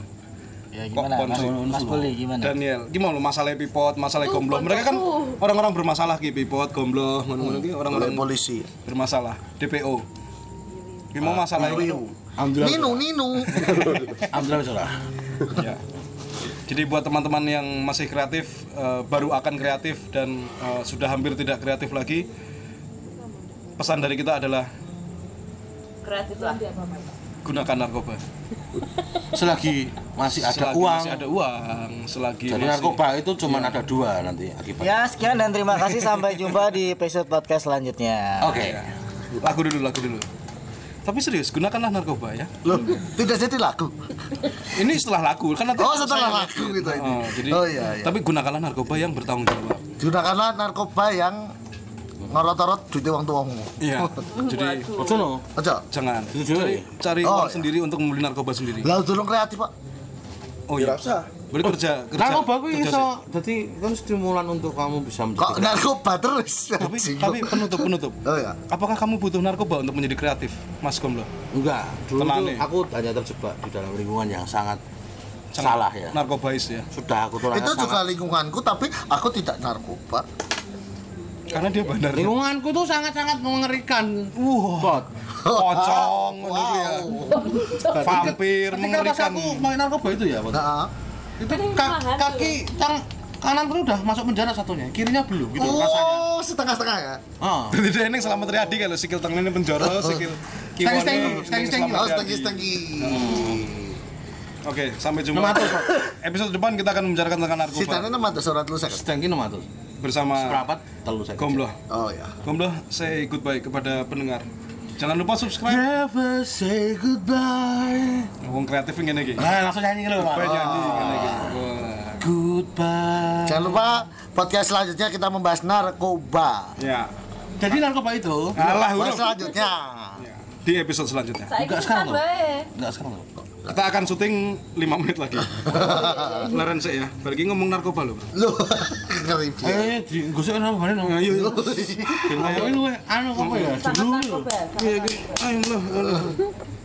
Speaker 2: Ya
Speaker 3: gimana, Mas- Mas Poli, gimana?
Speaker 2: Daniel, gimana lo masalah pipot, masalah
Speaker 4: Tuh,
Speaker 2: gomblo. Mereka kan
Speaker 4: kocokku.
Speaker 2: orang-orang bermasalah ki pipot, gomblo, ngono-ngono ki orang-orang
Speaker 5: Oleh polisi.
Speaker 2: bermasalah, DPO. Gimana masalah
Speaker 5: Wiwi.
Speaker 2: itu?
Speaker 5: Nino Nino.
Speaker 14: Alhamdulillah wis ora.
Speaker 2: Ya. Jadi buat teman-teman yang masih kreatif, eh, baru akan kreatif dan eh, sudah hampir tidak kreatif lagi, pesan dari kita adalah
Speaker 4: Kreatif lah.
Speaker 2: gunakan narkoba.
Speaker 14: Selagi masih ada
Speaker 2: Selagi
Speaker 14: uang.
Speaker 2: masih ada uang, selagi
Speaker 14: Jadi
Speaker 2: masih-
Speaker 14: narkoba itu cuma ada dua nanti akibat.
Speaker 3: Ya, sekian dan terima kasih sampai jumpa di episode podcast selanjutnya.
Speaker 14: Oke.
Speaker 2: Ya. Lagu dulu, lagu dulu. Tapi serius, gunakanlah narkoba ya.
Speaker 5: Loh, tidak jadi lagu.
Speaker 2: Ini setelah lagu kan nanti
Speaker 5: Oh, setelah
Speaker 2: saya-
Speaker 5: lagu gitu ini.
Speaker 2: Oh, jadi,
Speaker 5: Oh, iya, iya.
Speaker 2: Tapi gunakanlah narkoba yang bertanggung jawab.
Speaker 5: Gunakanlah narkoba yang ngorot-orot duitnya wong tuamu.
Speaker 2: Iya. Jadi
Speaker 5: Ojo no. Ojo.
Speaker 2: jangan.
Speaker 14: ya?
Speaker 2: Cari, cari
Speaker 5: Oh,
Speaker 2: uang sendiri untuk membeli narkoba sendiri.
Speaker 5: Lah durung kreatif, Pak.
Speaker 2: Oh iya. Boleh kerja kerja.
Speaker 14: Narkoba aku
Speaker 2: kerja
Speaker 14: iso jadi kan stimulan untuk kamu bisa menjadi
Speaker 5: Kok narkoba terus?
Speaker 2: Tapi, tapi penutup penutup.
Speaker 5: Oh ya.
Speaker 2: Apakah kamu butuh narkoba untuk menjadi kreatif, Mas Gomblo?
Speaker 14: Enggak, dulu
Speaker 2: Tenang
Speaker 14: tuh
Speaker 2: nih.
Speaker 14: aku hanya terjebak di dalam lingkungan yang sangat,
Speaker 2: Sangat
Speaker 14: salah ya.
Speaker 2: Narkobais ya.
Speaker 14: Sudah aku tuh
Speaker 5: Itu
Speaker 14: sangat-
Speaker 5: juga lingkunganku tapi aku tidak narkoba.
Speaker 2: Karena dia bandar.
Speaker 14: lingkunganku tuh sangat-sangat mengerikan. Wuh. Pot.
Speaker 2: Pocong gitu ya. Vampir
Speaker 14: Ketika pas
Speaker 2: mengerikan.
Speaker 14: aku main narkoba itu ya, Pot. Itu ka- kaki cang kanan tuh udah masuk penjara satunya, kirinya belum gitu rasanya.
Speaker 5: Oh, setengah-setengah ya.
Speaker 14: Ah.
Speaker 2: Berarti dia ini selamat Riyadi kalau sikil tangannya
Speaker 5: Oh.
Speaker 2: penjara, sikil kiwane.
Speaker 14: Stengi-stengi, stengi-stengi.
Speaker 2: Selamat
Speaker 14: Oh,
Speaker 2: Riyadi.
Speaker 14: stengi-stengi.
Speaker 2: Hmm. Oke, sampai jumpa.
Speaker 14: Nematus, Pak.
Speaker 2: Episode depan kita akan membicarakan tentang narkoba.
Speaker 5: Sitane nama surat lu saya.
Speaker 14: Stengi 600.
Speaker 2: Bersama
Speaker 14: Seperempat telu saya.
Speaker 2: Gombloh.
Speaker 5: Oh
Speaker 14: iya.
Speaker 5: ya.
Speaker 2: Gombloh, saya goodbye kepada pendengar. Jangan lupa subscribe.
Speaker 14: Never say goodbye.
Speaker 2: Wong kreatif ngene iki.
Speaker 14: Nah, langsung nyanyi lho, Pak.
Speaker 2: Goodbye nyanyi ngene iki.
Speaker 14: Goodbye.
Speaker 5: Jangan lupa Nah, podcast selanjutnya kita membahas narkoba.
Speaker 2: Ya.
Speaker 14: Jadi narkoba itu
Speaker 2: Alah,
Speaker 5: Bahas
Speaker 2: huruf.
Speaker 5: selanjutnya.
Speaker 2: Di episode selanjutnya.
Speaker 4: Saiki ya,
Speaker 14: Enggak sekarang,
Speaker 4: sekarang
Speaker 14: Pak.
Speaker 4: bae.
Speaker 14: Enggak sekarang loh.
Speaker 2: Kita akan syuting 5 menit lagi. Leren sik ya. Bagi ngomong narkoba lho.
Speaker 5: Loh, ngeri.
Speaker 14: Eh, di gosok nang bane nang. Ayo, ayo. Ayo, ayo, anu apa ya?
Speaker 4: Sangat narkoba. sangat narkoba.
Speaker 2: Ayo, ayo.